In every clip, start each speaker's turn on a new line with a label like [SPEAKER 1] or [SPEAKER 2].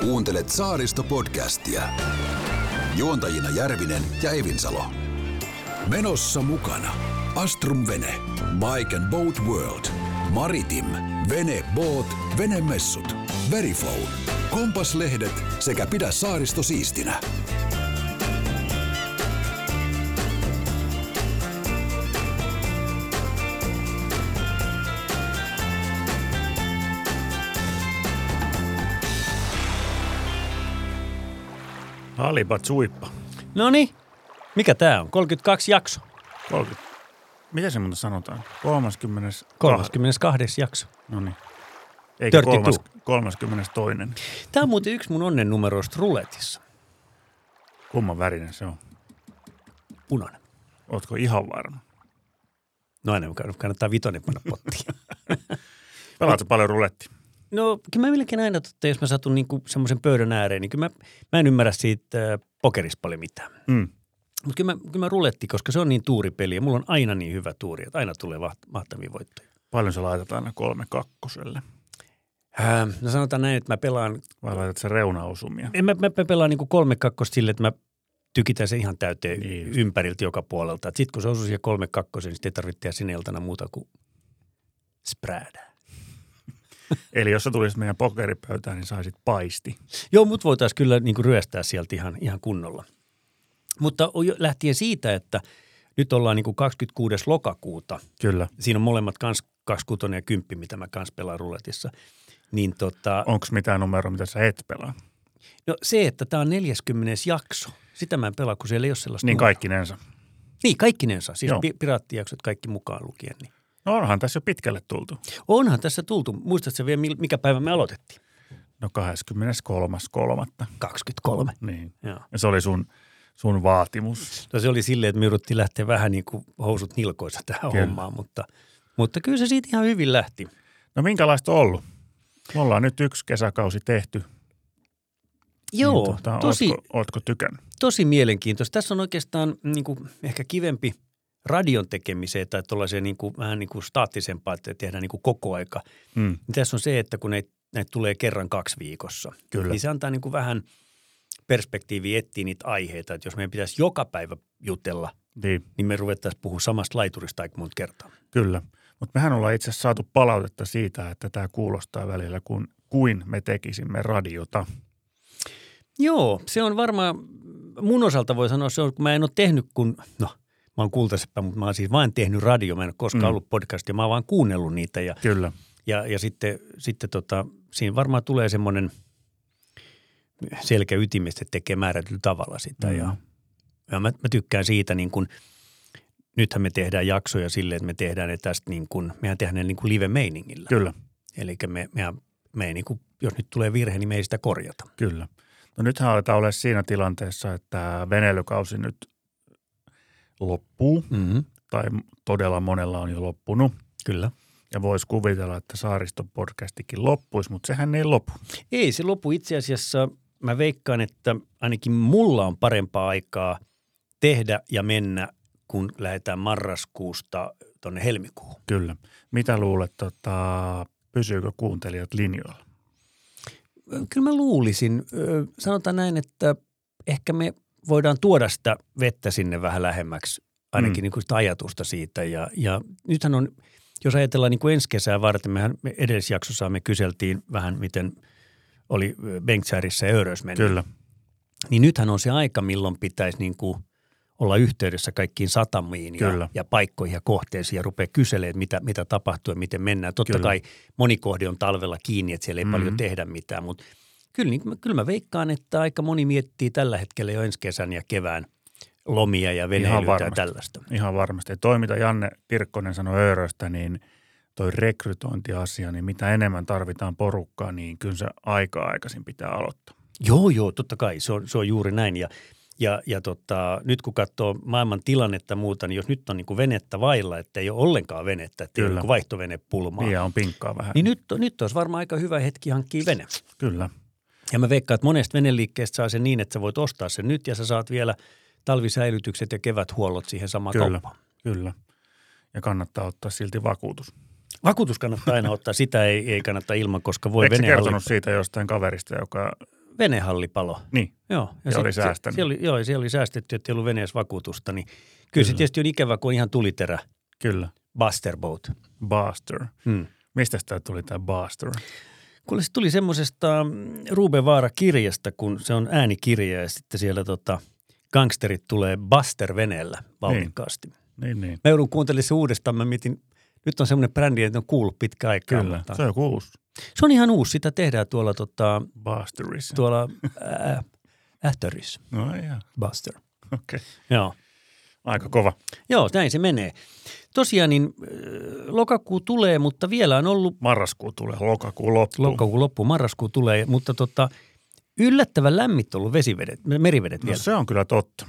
[SPEAKER 1] Kuuntelet Saaristo-podcastia. Juontajina Järvinen ja Evinsalo. Menossa mukana Astrum Vene, Bike and Boat World, Maritim, Vene Boat, Venemessut, Verifone, Kompaslehdet sekä Pidä saaristo siistinä.
[SPEAKER 2] Halibat suippa.
[SPEAKER 3] No niin, mikä tää on? 32 jakso.
[SPEAKER 2] 30. Mitä se muuten sanotaan? 30.
[SPEAKER 3] 32 jakso.
[SPEAKER 2] No niin. Eikä
[SPEAKER 3] Thirty
[SPEAKER 2] kolmas, 32.
[SPEAKER 3] Tää on muuten yksi mun onnen numeroista ruletissa.
[SPEAKER 2] Kumman värinen se on?
[SPEAKER 3] Punainen.
[SPEAKER 2] Ootko ihan varma?
[SPEAKER 3] No aina kannattaa vitonen panna pottiin.
[SPEAKER 2] Pelaatko paljon ruletti?
[SPEAKER 3] No kyllä mä melkein aina, totta, jos mä satun niinku semmoisen pöydän ääreen, niin kyllä mä, mä en ymmärrä siitä äh, pokerista paljon mitään.
[SPEAKER 2] Mm.
[SPEAKER 3] Mutta kyllä, mä- kyllä mä ruletti, koska se on niin tuuripeli ja mulla on aina niin hyvä tuuri, että aina tulee vaht- mahtavia voittoja.
[SPEAKER 2] Paljon sä laitat aina kolme kakkoselle?
[SPEAKER 3] Ähm, no sanotaan näin, että mä pelaan,
[SPEAKER 2] Vai laitat sä reunaosumia?
[SPEAKER 3] en mä, mä mä pelaan niinku kolme kakkosta sille, että mä tykitän sen ihan täyteen
[SPEAKER 2] Niin
[SPEAKER 3] niin.
[SPEAKER 2] just.
[SPEAKER 3] ympäriltä joka puolelta. Sitten kun se osuu siihen kolme kakkosen, niin sitten ei tarvitse tehdä sinne iltana muuta kuin spräädää.
[SPEAKER 2] Eli jos sä tulisit meidän pokeripöytään, niin saisit paisti.
[SPEAKER 3] Joo, mut voitaisiin kyllä niin kuin ryöstää sieltä ihan, ihan kunnolla. Mutta o- jo- lähtien siitä, että nyt ollaan niin kuin 26. lokakuuta,
[SPEAKER 2] Kyllä.
[SPEAKER 3] siinä on molemmat kans 26 ja 10, mitä mä kans pelaan ruletissa, niin tota,
[SPEAKER 2] Onko mitään numeroa, mitä sä et pelaa?
[SPEAKER 3] no se, että tämä on 40. jakso, sitä mä en pelaa, kun siellä ei ole sellaista.
[SPEAKER 2] Niin
[SPEAKER 3] numeroa.
[SPEAKER 2] kaikkinensa.
[SPEAKER 3] Niin, kaikkinensa, siis
[SPEAKER 2] Joo.
[SPEAKER 3] pi- piraattijaksot kaikki mukaan lukien. Niin.
[SPEAKER 2] No onhan tässä jo pitkälle tultu.
[SPEAKER 3] Onhan tässä tultu, muistatko vielä mil- mikä päivä me aloitettiin?
[SPEAKER 2] No 23.3.
[SPEAKER 3] 23.
[SPEAKER 2] Niin.
[SPEAKER 3] Joo.
[SPEAKER 2] Ja se oli sun, sun vaatimus.
[SPEAKER 3] No se oli silleen, että me jouduttiin lähteä vähän niin kuin housut nilkoissa tähän
[SPEAKER 2] Kyllä.
[SPEAKER 3] kyllä. hommaan, mutta, mutta kyllä se siitä ihan hyvin lähti.
[SPEAKER 2] No minkälaista on ollut? Me ollaan nyt yksi kesäkausi tehty.
[SPEAKER 3] Joo,
[SPEAKER 2] niin, tota,
[SPEAKER 3] tosi,
[SPEAKER 2] Ootko, ootko tykännyt?
[SPEAKER 3] tosi mielenkiintoista. Tässä on oikeastaan niin kuin, ehkä kivempi radion tekemiseen tai tuollaiseen niin kuin, vähän niin kuin staattisempaa, että tehdään niin kuin koko aika.
[SPEAKER 2] Mm.
[SPEAKER 3] Niin Tässä on se, että kun näitä, näitä tulee kerran kaksi viikossa,
[SPEAKER 2] Kyllä.
[SPEAKER 3] niin se antaa niin kuin vähän perspektiiviä etsiä niitä aiheita. Että jos meidän pitäisi joka päivä jutella,
[SPEAKER 2] Niin,
[SPEAKER 3] niin me ruvettaisiin puhua samasta laiturista aika monta kertaa.
[SPEAKER 2] kyllä. Mutta mehän ollaan itse asiassa saatu palautetta siitä, että tämä kuulostaa välillä kuin, kuin me tekisimme radiota.
[SPEAKER 3] Joo, se on varmaan, mun osalta voi sanoa se on, kun mä en ole tehnyt kun, no mä oon kultaseppä, mutta mä oon siis vain tehnyt radio, mä en ole koskaan
[SPEAKER 2] Mm.
[SPEAKER 3] mm. ollut podcastia, mä oon vaan kuunnellut niitä ja,
[SPEAKER 2] Kyllä.
[SPEAKER 3] ja, ja sitten, sitten tota, siinä varmaan tulee semmoinen selkäytimestä tekee määrätyllä tavalla sitä
[SPEAKER 2] Mm,
[SPEAKER 3] ja, ja mä, mä, tykkään siitä niin kuin, nythän me tehdään jaksoja silleen, että me tehdään ne tästä niin kuin, mehän tehdään ne niin kuin live-meiningillä.
[SPEAKER 2] Kyllä,
[SPEAKER 3] Eli me, mehän, me ei niin kuin, jos nyt tulee virhe, niin me ei sitä korjata.
[SPEAKER 2] kyllä. No nythän aletaan olla siinä tilanteessa, että veneilykausi nyt loppuu
[SPEAKER 3] Mm-hmm.
[SPEAKER 2] tai todella monella on jo loppunut.
[SPEAKER 3] Kyllä.
[SPEAKER 2] Ja voisi kuvitella, että Saariston podcastikin loppuisi, mutta sehän ei lopu.
[SPEAKER 3] Ei, se lopu itse asiassa, mä veikkaan, että ainakin mulla on parempaa aikaa tehdä ja mennä, kun lähdetään marraskuusta tonne helmikuuhun.
[SPEAKER 2] Kyllä. Mitä luulet, tota, pysyykö kuuntelijat linjoilla?
[SPEAKER 3] Niin. Ö, Kyllä mä luulisin, ö, sanotaan näin, että ehkä me voidaan tuoda sitä vettä sinne vähän lähemmäksi, ainakin
[SPEAKER 2] Mm.
[SPEAKER 3] mm. niin kuin sitä ajatusta siitä. Ja, ja nythän on, jos ajatellaan niin kuin ensi kesää varten, mehän me edellisjaksossa me kyseltiin vähän, miten oli ö, Bengtsärissä ja Örös mennyt.
[SPEAKER 2] Kyllä.
[SPEAKER 3] niin nythän on se aika, milloin pitäisi niin kuin olla yhteydessä kaikkiin satamiin
[SPEAKER 2] Kyllä.
[SPEAKER 3] ja, ja paikkoihin ja kohteisiin ja rupeaa kyselemään, että mitä, mitä tapahtuu ja miten mennään. Totta
[SPEAKER 2] Kyllä.
[SPEAKER 3] kyllä. kai moni kohde on talvella kiinni, että siellä ei
[SPEAKER 2] Mhm.
[SPEAKER 3] mm-hmm. paljon tehdä mitään, mutta kyllä, niin, mä- kyllä mä veikkaan, että aika moni miettii tällä hetkellä jo ensi kesän ja kevään lomia ja veneilyitä ja
[SPEAKER 2] varmasti.
[SPEAKER 3] tällaista.
[SPEAKER 2] Ihan varmasti. Ja Toi, mitä Janne Kirkkonen sanoi Ööröstä, niin toi rekrytointiasia, niin mitä enemmän tarvitaan porukkaa, niin kyllä se aika aikaisin pitää aloittaa.
[SPEAKER 3] Joo, joo, totta kai, se on, se on juuri näin ja ja, ja tota, nyt kun katsoo maailman tilannetta ja muuta, niin jos nyt on niin kuin venettä vailla, että ei ole ollenkaan venettä, että ei
[SPEAKER 2] Kyllä.
[SPEAKER 3] ole niin vaihtovenepulmaa,
[SPEAKER 2] Niin, ja on pinkkaa vähän.
[SPEAKER 3] Niin nyt, nyt olisi varmaan aika hyvä hetki hankkia vene.
[SPEAKER 2] Kyllä.
[SPEAKER 3] Ja mä veikkaan, että monesta veneliikkeestä saa sen niin, että sä voit ostaa sen nyt ja sä saat vielä talvisäilytykset ja keväthuollot siihen samaan
[SPEAKER 2] Kyllä.
[SPEAKER 3] kauppaan.
[SPEAKER 2] Kyllä. Ja kannattaa ottaa silti vakuutus.
[SPEAKER 3] Vakuutus kannattaa aina ottaa, sitä ei, ei kannata ilman, koska voi
[SPEAKER 2] Voi Eikö sä
[SPEAKER 3] vene
[SPEAKER 2] kertonut siitä jostain kaverista, joka
[SPEAKER 3] venehallipalo.
[SPEAKER 2] Niin,
[SPEAKER 3] Joo.
[SPEAKER 2] Ja
[SPEAKER 3] sit
[SPEAKER 2] oli
[SPEAKER 3] se-
[SPEAKER 2] säästänyt.
[SPEAKER 3] Siellä oli, joo, siellä oli säästetty, että ei ollut veneessä vakuutusta. Niin kyllä, kyllä se
[SPEAKER 2] Kyllä.
[SPEAKER 3] tietysti on ikävä, kun on ihan tuliterä
[SPEAKER 2] kyllä.
[SPEAKER 3] Buster Boat.
[SPEAKER 2] Baster.
[SPEAKER 3] Hmm.
[SPEAKER 2] Mistä tämä tuli tämä Baster?
[SPEAKER 3] Kuule, se tuli semmoisesta mm, Ruben Vaara-kirjasta, kun se on äänikirja ja sitten siellä tota, gangsterit tulee Buster-veneellä vauhdikkaasti. Niin.
[SPEAKER 2] Niin, niin.
[SPEAKER 3] Mä joudun kuuntelemaan se uudestaan, mä mietin, nyt on semmoinen brändi, että on kuullut pitkä aikaa.
[SPEAKER 2] Kyllä,
[SPEAKER 3] mutta-
[SPEAKER 2] se on joku uusi
[SPEAKER 3] se on ihan uusi, sitä tehdään tuolla, tota,
[SPEAKER 2] Basteris.
[SPEAKER 3] tuolla ää, Ähtörissä,
[SPEAKER 2] No ihan,
[SPEAKER 3] Buster.
[SPEAKER 2] okei. Okay.
[SPEAKER 3] Joo.
[SPEAKER 2] Aika kova.
[SPEAKER 3] Joo, näin se menee. Tosiaan niin äh, lokakuu tulee, mutta vielä on ollut
[SPEAKER 2] Marraskuu tulee, lokakuu loppuu.
[SPEAKER 3] lokakuun loppu, marraskuu tulee, mutta tota, yllättävän lämmit on ollut vesivedet, merivedet
[SPEAKER 2] No
[SPEAKER 3] vielä.
[SPEAKER 2] se on kyllä totta.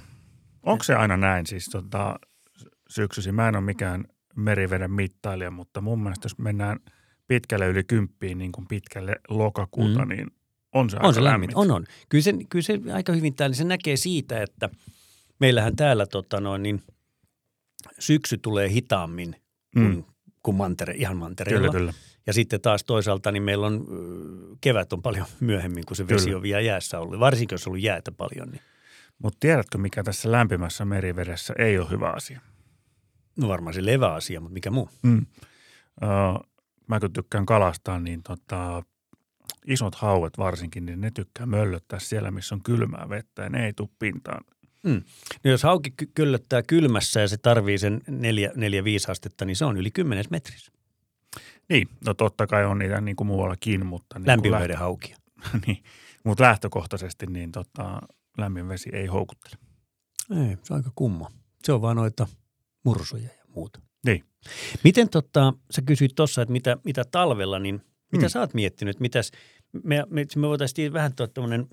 [SPEAKER 2] Onko se aina näin siis tota, syksyisin? Mä en ole mikään meriveden mittailija, mutta mun mielestä jos mennään pitkälle yli kymppiin, niin kuin pitkälle lokakuuta,
[SPEAKER 3] Mm.
[SPEAKER 2] mm. niin on se
[SPEAKER 3] on
[SPEAKER 2] aika
[SPEAKER 3] se lämmin.
[SPEAKER 2] lämmintä.
[SPEAKER 3] On, on. Kyllä se, kyllä se aika hyvin täällä, niin se näkee siitä, että meillähän täällä tota noin, niin syksy tulee hitaammin kuin, mm.
[SPEAKER 2] Mm.
[SPEAKER 3] kuin mantere, ihan mantereella.
[SPEAKER 2] Kyllä, kyllä.
[SPEAKER 3] Ja sitten taas toisaalta niin meillä on, ö, kevät on paljon myöhemmin, kun se vesi
[SPEAKER 2] Kyllä.
[SPEAKER 3] on vielä jäässä ollut. Varsinkin, jos on ollut jäätä paljon. Niin.
[SPEAKER 2] Mutta tiedätkö, mikä tässä lämpimässä merivedessä ei ole hyvä asia?
[SPEAKER 3] No varmaan se leväasia, mutta mikä muu?
[SPEAKER 2] Mm. Öö, mä kun tykkään kalastaa, niin tota, isot hauet varsinkin, niin ne tykkää möllöttää siellä, missä on kylmää vettä ja ne ei tule pintaan.
[SPEAKER 3] No jos hauki ky- kyllöttää kylmässä ja se tarvii sen 4-5 astetta, niin se on yli 10 metrissä.
[SPEAKER 2] Niin, no totta kai on niitä niin kuin muuallakin, mutta niin
[SPEAKER 3] Lämpimän
[SPEAKER 2] kuin
[SPEAKER 3] veden haukia.
[SPEAKER 2] niin, mutta lähtökohtaisesti niin tota, lämmin vesi ei houkuttele.
[SPEAKER 3] Ei, se on aika kumma. Se on vaan noita mursuja ja muuta.
[SPEAKER 2] Niin.
[SPEAKER 3] Miten tota, sä kysyit tuossa, että mitä, mitä talvella, niin mitä
[SPEAKER 2] Mm.
[SPEAKER 3] sä oot miettinyt? Mitäs, me, me, siis me voitaisiin vähän tuoda tämmöinen,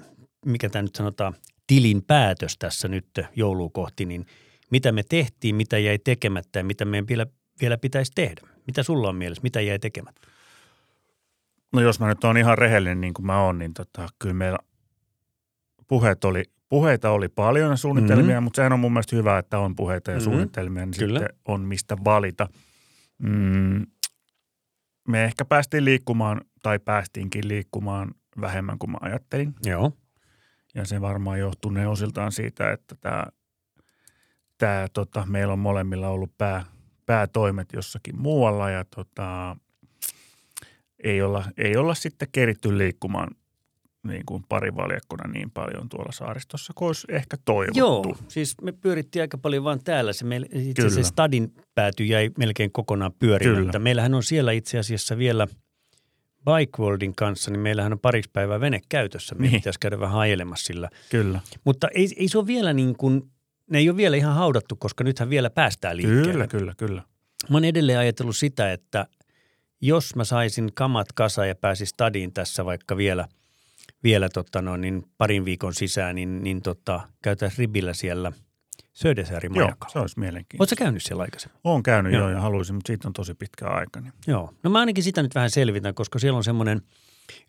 [SPEAKER 3] mikä tämä nyt sanotaan, tilin päätös tässä nyt joulua kohti, niin mitä me tehtiin, mitä jäi tekemättä ja mitä meidän vielä, vielä pitäisi tehdä? Mitä sulla on mielessä, mitä jäi tekemättä?
[SPEAKER 2] No jos mä nyt oon ihan rehellinen niin kuin mä oon, niin tota, kyllä meillä puheet oli, puheita oli paljon ja suunnitelmia, mm-hmm. mutta sehän on mun mielestä hyvä, että on puheita ja
[SPEAKER 3] Mhm.
[SPEAKER 2] mm-hmm. suunnitelmia, niin
[SPEAKER 3] Kyllä.
[SPEAKER 2] kyllä. sitten on mistä valita. Mm, me ehkä päästiin liikkumaan tai päästiinkin liikkumaan vähemmän kuin mä ajattelin.
[SPEAKER 3] Joo.
[SPEAKER 2] Ja se varmaan johtunee osiltaan siitä, että tämä, tää, tota, meillä on molemmilla ollut pää, päätoimet jossakin muualla ja tota, ei, olla, ei olla sitten keritty liikkumaan niin kuin parivaljakkona niin paljon tuolla saaristossa kuin olisi ehkä toivottu.
[SPEAKER 3] Joo, siis me pyörittiin aika paljon vaan täällä. Se meillä, itse asiassa
[SPEAKER 2] Kyllä.
[SPEAKER 3] se stadin pääty jäi melkein kokonaan pyörimättä.
[SPEAKER 2] Kyllä.
[SPEAKER 3] Meillähän on siellä itse asiassa vielä Bike Worldin kanssa, niin meillähän on pariksi päivää vene käytössä. Meidän
[SPEAKER 2] Niin.
[SPEAKER 3] pitäisi käydä vähän ajelemassa sillä.
[SPEAKER 2] Kyllä,
[SPEAKER 3] Mutta ei, ei se ole vielä niin kuin, ne ei ole vielä ihan haudattu, koska nythän vielä päästään liikkeelle.
[SPEAKER 2] kyllä, kyllä, kyllä.
[SPEAKER 3] Mä oon edelleen ajatellut sitä, että jos mä saisin kamat kasa ja pääsis stadiin tässä vaikka vielä, vielä tota no, niin parin viikon sisään, niin, niin tota, käytäisiin ribillä siellä Södersärin
[SPEAKER 2] Joo,
[SPEAKER 3] majakalla.
[SPEAKER 2] se olisi mielenkiintoista.
[SPEAKER 3] Oletko käynyt siellä aikaisemmin?
[SPEAKER 2] Olen käynyt
[SPEAKER 3] Joo.
[SPEAKER 2] joo. jo ja haluaisin, mutta siitä on tosi pitkä aika. Niin.
[SPEAKER 3] Joo. No mä ainakin sitä nyt vähän selvitän, koska siellä on semmoinen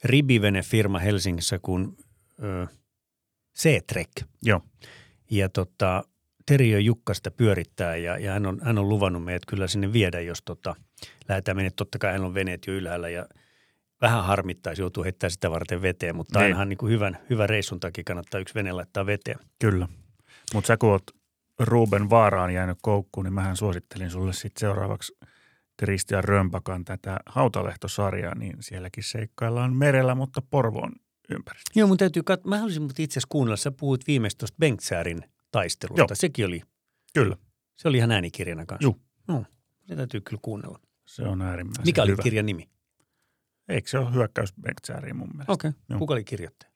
[SPEAKER 3] ribivenefirma Helsingissä kuin ö, C-Trek.
[SPEAKER 2] Joo,
[SPEAKER 3] Ja tota, Terjo Jukka sitä pyörittää ja, ja hän, on, hän on luvannut meidät kyllä sinne viedä, jos tota, lähdetään menemään. Totta kai hän on veneet jo ylhäällä ja vähän harmittaisi joutuu heittämään sitä varten veteen, mutta
[SPEAKER 2] Niin.
[SPEAKER 3] ainahan niin kuin hyvän, hyvän reissun takia kannattaa yksi vene laittaa veteen.
[SPEAKER 2] kyllä. Mutta sä kun oot Ruben Vaaraan jäänyt koukkuun, niin mähän suosittelin sulle sitten seuraavaksi Kristian Römpakan tätä Hautalehto-sarjaa, niin sielläkin seikkaillaan merellä, mutta Porvoon ympäri.
[SPEAKER 3] Joo, mun täytyy katsoa. Mä haluaisin mut itse asiassa kuunnella. Sä puhuit viimeistä tuosta Bengtsäärin taistelusta. Joo.
[SPEAKER 2] Joo.
[SPEAKER 3] Sekin oli,
[SPEAKER 2] Kyllä.
[SPEAKER 3] se oli ihan äänikirjana kanssa.
[SPEAKER 2] Juu.
[SPEAKER 3] No, se täytyy kyllä kuunnella.
[SPEAKER 2] Se on äärimmäisen
[SPEAKER 3] Mikä oli
[SPEAKER 2] hyvä.
[SPEAKER 3] kirjan nimi?
[SPEAKER 2] Eikö se ole hyökkäys Bengtsääriin mun mielestä?
[SPEAKER 3] Okei. Okay.
[SPEAKER 2] Joo.
[SPEAKER 3] Kuka oli kirjoittaja?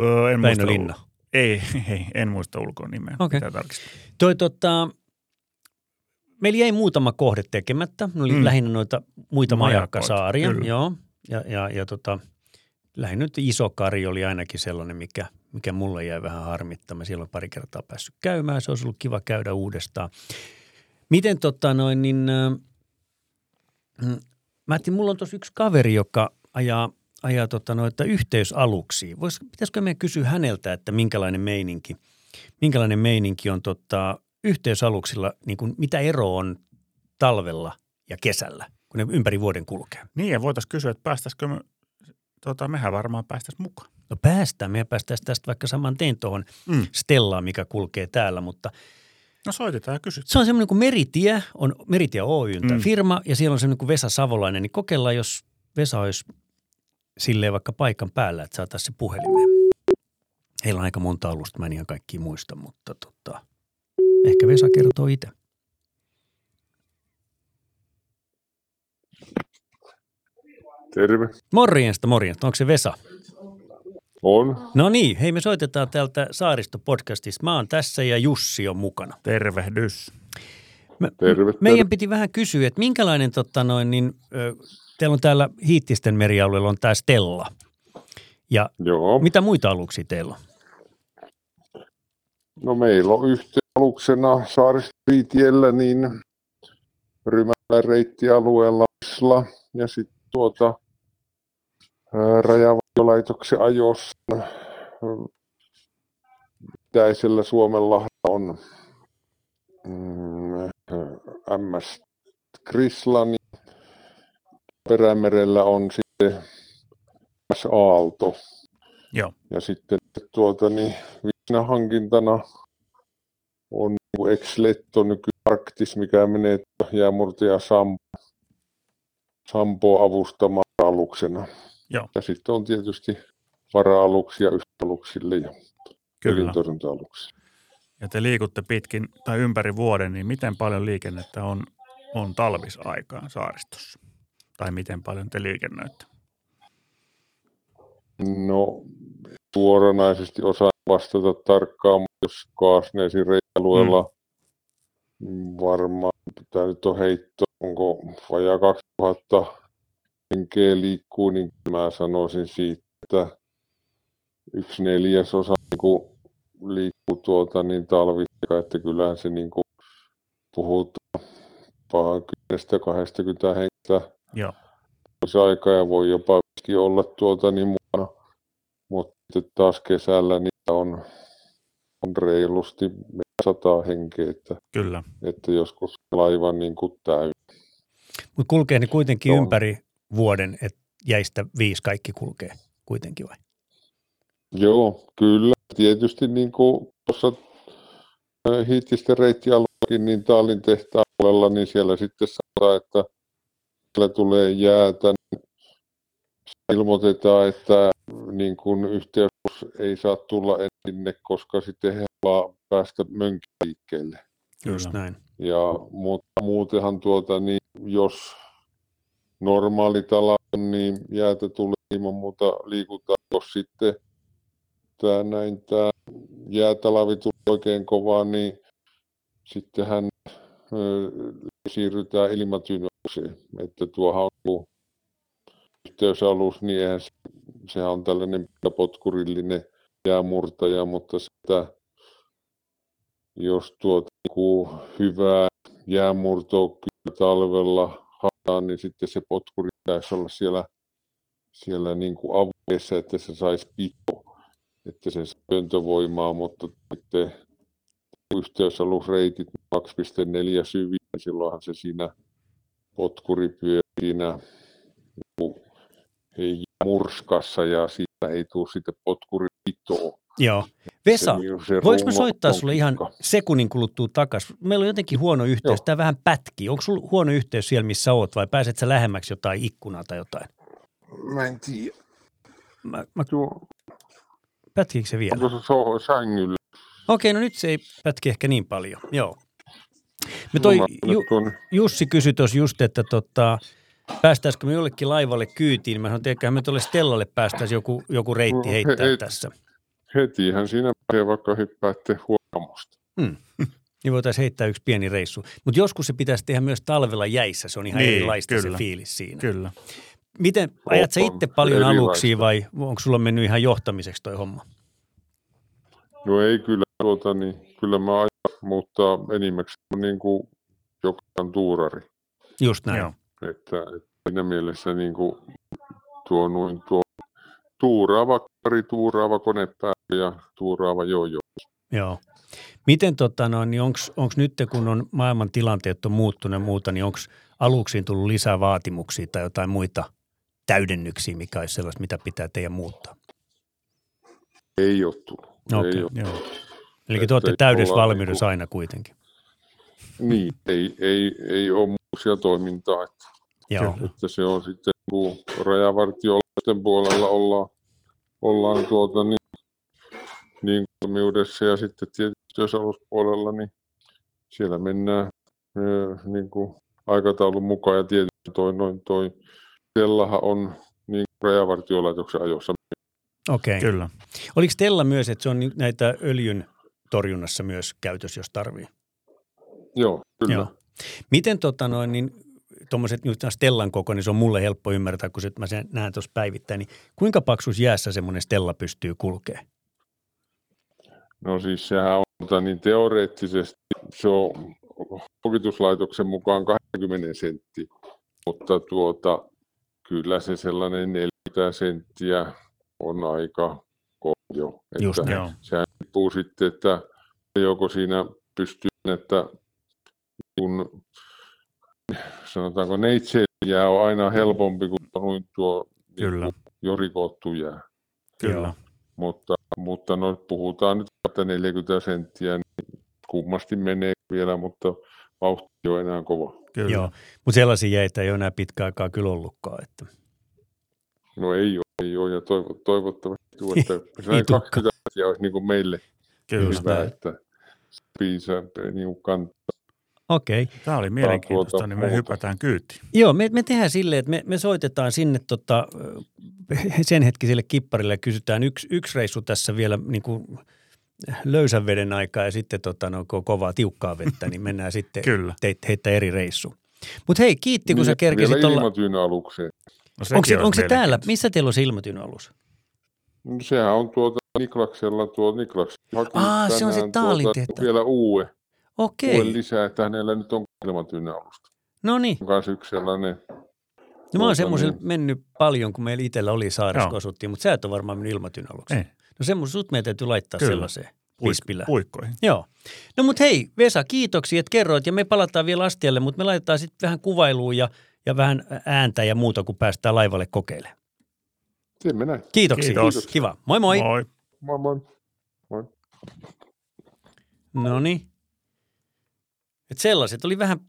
[SPEAKER 2] Öö, en
[SPEAKER 3] Väinö
[SPEAKER 2] muista
[SPEAKER 3] Linna.
[SPEAKER 2] Ei, ei, en muista ulkoa nimeä.
[SPEAKER 3] Okei.
[SPEAKER 2] Pitää tarkistaa.
[SPEAKER 3] Toi tota, meillä jäi muutama kohde tekemättä. Ne oli mm.
[SPEAKER 2] Mm.
[SPEAKER 3] lähinnä noita muita
[SPEAKER 2] Majakoita,
[SPEAKER 3] majakkasaaria.
[SPEAKER 2] kyllä.
[SPEAKER 3] Joo. Ja, ja, ja tota, lähinnä nyt iso kari oli ainakin sellainen, mikä, mikä mulle jäi vähän harmittamaan. Siellä on pari kertaa päässyt käymään. Se olisi ollut kiva käydä uudestaan. Miten tota noin, niin ö, mm, mä ajattelin, mulla on tuossa yksi kaveri, joka ajaa, ajaa tota noita yhteysaluksia. Vois, pitäisikö meidän kysyä häneltä, että minkälainen meininki minkälainen meininki on tota, yhteysaluksilla, niin kuin, mitä ero on talvella ja kesällä, kun ne ympäri vuoden kulkee?
[SPEAKER 2] Niin, ja voitaisiin kysyä, että päästäisikö me tota, mehän varmaan päästäisiin mukaan.
[SPEAKER 3] No päästään, me päästäisiin tästä vaikka saman tein tuohon
[SPEAKER 2] Mm.
[SPEAKER 3] Stellaan, mikä kulkee täällä, mutta
[SPEAKER 2] No soitetaan ja kysytään.
[SPEAKER 3] se on semmoinen kuin Meritie, on Meritie Oy, tämä
[SPEAKER 2] Mm.
[SPEAKER 3] firma, ja siellä on semmoinen kuin Vesa Savolainen, niin kokeillaan, jos Vesa olisi silleen vaikka paikan päällä, että saataisiin se puhelimeen. Heillä on aika monta alusta, mä en ihan kaikki muista, mutta tota, ehkä Vesa kertoo itse.
[SPEAKER 4] Terve.
[SPEAKER 3] Morjesta, morjesta. Onko se Vesa?
[SPEAKER 4] On.
[SPEAKER 3] No niin, hei me soitetaan täältä Saaristo-podcastista. Mä oon tässä ja Jussi on mukana.
[SPEAKER 2] Tervehdys.
[SPEAKER 3] Me,
[SPEAKER 4] Terve,
[SPEAKER 3] meidän
[SPEAKER 4] terve.
[SPEAKER 3] piti vähän kysyä, että minkälainen tota noin, niin, ö, teillä on täällä Hiittisten merialueella on tämä Stella. Ja
[SPEAKER 4] Joo.
[SPEAKER 3] mitä muita aluksia teillä on?
[SPEAKER 4] No meillä on yhteen aluksena Saaristriitiellä niin Rymällä reittialueella Isla ja sitten tuota ää, Rajavaliolaitoksen ajossa ää, Itäisellä Suomenlahdella on mm, ää, MS Krislan ja Perämerellä on sitten MS Aalto.
[SPEAKER 2] Joo.
[SPEAKER 4] Ja sitten tuota niin yhtenä hankintana on niinku Ex-Letto nyky Arktis, mikä menee tuohon jäämurtaja Sam, Sampoa avustamaan aluksena.
[SPEAKER 2] Joo.
[SPEAKER 4] Ja sitten on tietysti vara-aluksia ystäaluksille ja
[SPEAKER 2] Kyllä.
[SPEAKER 4] öljyntorjunta-aluksille.
[SPEAKER 2] Ja te liikutte pitkin tai ympäri vuoden, niin miten paljon liikennettä on, on talvisaikaan saaristossa? Tai miten paljon te liikennöitte?
[SPEAKER 4] No suoranaisesti osaan vastata tarkkaan, mutta jos kaasneesi reikälueella mm. varmaan pitää nyt on heitto, onko vajaa 2000 henkeä liikkuu, niin mä sanoisin siitä, että yksi neljäsosa niin kuin liikkuu tuota niin talvisika, että kyllähän se niin kuin puhutaan pahan 10-20 henkeä
[SPEAKER 2] Joo.
[SPEAKER 4] se aika ja voi jopa myöskin olla tuota niin mukana. Mutta sitten taas kesällä niitä on, on reilusti sata henkeä, että,
[SPEAKER 2] Kyllä.
[SPEAKER 3] Niin.
[SPEAKER 4] että joskus laivan niin kuin täynnä.
[SPEAKER 3] Mutta kulkee ne kuitenkin
[SPEAKER 4] Joo.
[SPEAKER 3] ympäri vuoden, että jäistä viisi kaikki kulkee kuitenkin vai?
[SPEAKER 4] Joo, kyllä. Tietysti niin kuin tuossa ää, hiittisten reittialueellakin, niin Taalin tehtaan puolella, niin siellä sitten sanotaan, että siellä tulee jäätä, niin ilmoitetaan, että niin kuin yhteys ei saa tulla ennen, koska sitten he haluaa päästä mönkiliikkeelle.
[SPEAKER 3] Just näin.
[SPEAKER 4] Ja mutta muutenhan tuota, niin jos normaali tala on, niin jäätä tulee ilman muuta liikutaan. Jos sitten tämä näin tämä jäätalavi tulee oikein kovaa, niin sittenhän ö, siirrytään ilmatynnykseen. Että tuohan on kun yhteysalus, niin eihän se, sehän on tällainen potkurillinen jäämurtaja, mutta sitä jos tuota niinku hyvää jäämurtoa kyllä talvella haetaan, niin sitten se potkuri pitäisi olla siellä, siellä niinku avuessa, että se saisi pito, että se saisi työntövoimaa, mutta sitten yhteysalusreitit 2,4 syviä, niin silloinhan se siinä potkuri pyörii siinä niinku murskassa ja siitä ei tule sitten potkuripitoa.
[SPEAKER 3] Joo. Vesa,
[SPEAKER 4] Se- niin se
[SPEAKER 3] voinko mä
[SPEAKER 4] runko
[SPEAKER 3] soittaa
[SPEAKER 4] on
[SPEAKER 3] sulle ihan
[SPEAKER 4] tiukka.
[SPEAKER 3] sekunnin kuluttua takaisin? Meillä on jotenkin huono yhteys,
[SPEAKER 4] Joo.
[SPEAKER 3] tämä vähän pätkii. Onko sulla huono yhteys siellä, missä oot vai pääset sä lähemmäksi jotain ikkunaa tai jotain?
[SPEAKER 4] Mä en tiedä.
[SPEAKER 3] Mä, mä,
[SPEAKER 4] Joo,
[SPEAKER 3] pätkiikö se vielä?
[SPEAKER 4] Onko se soho sängyllä?
[SPEAKER 3] Okei, no nyt se ei pätki ehkä niin paljon. Joo. Me toi
[SPEAKER 4] Mä olen
[SPEAKER 3] Ju,
[SPEAKER 4] tuonne-
[SPEAKER 3] Jussi kysyi tuossa just, että tota, päästäisikö me jollekin laivalle kyytiin. Mä sanoin, että eiköhän me tuolle Stellalle päästäisi joku, joku reitti
[SPEAKER 4] No,
[SPEAKER 3] heittää
[SPEAKER 4] he- he-
[SPEAKER 3] tässä.
[SPEAKER 4] Hetihän siinä pääsee vaikka hyppäätte huomamusta.
[SPEAKER 3] Niin voitaisiin heittää yksi pieni reissu. Mutta joskus se pitäisi tehdä myös talvella jäissä. Se on ihan
[SPEAKER 2] Niin,
[SPEAKER 3] erilaista
[SPEAKER 2] kyllä.
[SPEAKER 3] se fiilis siinä.
[SPEAKER 2] Kyllä.
[SPEAKER 3] Miten, ajat sä
[SPEAKER 4] Opa,
[SPEAKER 3] itse paljon
[SPEAKER 4] erilaista.
[SPEAKER 3] aluksia vai onko sulla mennyt ihan johtamiseksi toi homma?
[SPEAKER 4] No ei kyllä, tuota, niin, kyllä mä ajan, mutta enimmäkseen on niin kuin jokainen tuurari.
[SPEAKER 3] Just näin.
[SPEAKER 2] Joo.
[SPEAKER 4] Että, että siinä mielessä niin kuin tuo, noin, tuo tuuraava kari, tuuraava konepää ja tuuraava jojo.
[SPEAKER 3] Joo. Miten tota no, niin onko nyt kun on maailman tilanteet on muuttunut ja muuta, niin onko aluksiin tullut lisää vaatimuksia tai jotain muita täydennyksiä, mikä olisi sellaista, mitä pitää teidän muuttaa?
[SPEAKER 4] Ei ole tullut.
[SPEAKER 3] No
[SPEAKER 4] ei
[SPEAKER 3] okei,
[SPEAKER 4] ole.
[SPEAKER 2] Joo.
[SPEAKER 3] Eli
[SPEAKER 4] Että
[SPEAKER 3] te olette
[SPEAKER 4] ei
[SPEAKER 3] täydessä
[SPEAKER 4] olla niinku-
[SPEAKER 3] valmiudessa aina kuitenkin.
[SPEAKER 4] Niin, ei, ei, ei ole muusia toimintaa. Että,
[SPEAKER 3] Joo,
[SPEAKER 4] että se on sitten, kun rajavartiolaisten puolella ollaan, ollaan tuota, niin, niin valmiudessa ja sitten tietysti aluspuolella, niin siellä mennään ö, niin kuin aikataulun mukaan ja tietysti toi, noin toi Sellahan on niin kuin rajavartiolaitoksen ajossa.
[SPEAKER 3] okei. Okay.
[SPEAKER 2] Kyllä.
[SPEAKER 3] Oliko Tella myös, että se on ni- näitä öljyn torjunnassa myös käytös, jos tarvii?
[SPEAKER 4] Joo, kyllä.
[SPEAKER 3] Joo. Miten tota noin, niin tuommoiset nyt taas Stellan koko, niin se on mulle helppo ymmärtää, kun sit mä sen näen tuossa päivittäin, niin kuinka paksus jäässä semmoinen Stella pystyy kulkemaan?
[SPEAKER 4] No siis sehän on, tota, niin teoreettisesti se on hokituslaitoksen mukaan 20 senttiä, mutta tuota, kyllä se sellainen 40 senttiä on aika kojo.
[SPEAKER 3] Just
[SPEAKER 4] Että
[SPEAKER 2] Joo.
[SPEAKER 4] sehän riippuu sitten, että joko siinä pystyy, niin, että kun sanotaanko neitseilijää on aina helpompi kuin noin tuo
[SPEAKER 2] Kyllä.
[SPEAKER 4] jorikoottu jää.
[SPEAKER 2] Kyllä.
[SPEAKER 4] Mutta, mutta no, puhutaan nyt että 40 senttiä, niin kummasti menee vielä, mutta vauhti ei ole enää kova.
[SPEAKER 2] Kyllä.
[SPEAKER 3] Joo, mutta sellaisia jäitä ei ole enää pitkä aikaa kyllä ollutkaan. Että.
[SPEAKER 4] No ei ole, ei ole ja toivo, toivottavasti tuo, että
[SPEAKER 3] Ei
[SPEAKER 4] sellainen
[SPEAKER 3] tukka.
[SPEAKER 4] 20 senttiä olisi niin kuin meille
[SPEAKER 2] Kyllä.
[SPEAKER 4] hyvä,
[SPEAKER 3] näin.
[SPEAKER 4] että piisaa niin kuin kantaa.
[SPEAKER 3] Okei,
[SPEAKER 2] Tämä oli mielenkiintoista,
[SPEAKER 4] tuota
[SPEAKER 2] niin me
[SPEAKER 4] muuta.
[SPEAKER 2] hypätään kyytiin.
[SPEAKER 3] Joo, me, me tehdään silleen, että me, me soitetaan sinne tota, ö, sen hetkiselle kipparille ja kysytään yksi, yksi reissu tässä vielä niin kuin löysän veden aikaa ja sitten tota, no, kun on kovaa tiukkaa vettä, niin mennään sitten
[SPEAKER 2] Kyllä.
[SPEAKER 3] teit, heittää eri reissu. Mutta hei, kiitti kun sä kerkesit
[SPEAKER 4] Vielä
[SPEAKER 3] olla.
[SPEAKER 4] ilmatyynä alukseen.
[SPEAKER 2] No sekin
[SPEAKER 3] Onko se,
[SPEAKER 2] olisi
[SPEAKER 3] onko se täällä?
[SPEAKER 2] mielenkiintoista.
[SPEAKER 3] Missä teillä on silmätyn alus?
[SPEAKER 4] No, sehän on tuota Niklaksella, tuo Niklaks haki
[SPEAKER 3] Aa, se on se
[SPEAKER 4] tänään
[SPEAKER 3] taalintehtä.
[SPEAKER 4] tuota, vielä uue, uue
[SPEAKER 3] Okei,
[SPEAKER 4] lisää, että hänellä nyt on ilmatyynä alusta.
[SPEAKER 3] no niin.
[SPEAKER 4] On myös yksi sellainen,
[SPEAKER 3] No mä oon
[SPEAKER 4] Tuota,
[SPEAKER 3] semmoisella
[SPEAKER 4] niin.
[SPEAKER 3] mennyt paljon, kun meillä itsellä oli saaris,
[SPEAKER 2] Joo.
[SPEAKER 3] kun asuttiin, mutta sä et ole varmaan mennyt ilmatyn aluksi.
[SPEAKER 2] Ei.
[SPEAKER 3] No semmoiset sut meidän täytyy laittaa
[SPEAKER 2] Kyllä.
[SPEAKER 3] sellaiseen
[SPEAKER 2] Puik-
[SPEAKER 3] pispilään.
[SPEAKER 2] puikkoihin.
[SPEAKER 3] Joo. No mutta hei Vesa, kiitoksia, että kerroit ja me palataan vielä astialle, mutta me laitetaan sitten vähän kuvailuun ja, ja vähän ääntä ja muuta, kun päästään laivalle kokeilemaan.
[SPEAKER 4] teemme näin.
[SPEAKER 3] Kiitoksia.
[SPEAKER 2] Kiitos.
[SPEAKER 3] Kiva. Moi moi. moi.
[SPEAKER 2] Moi.
[SPEAKER 4] Moi moi. moi.
[SPEAKER 3] No niin. Et sellaiset oli vähän,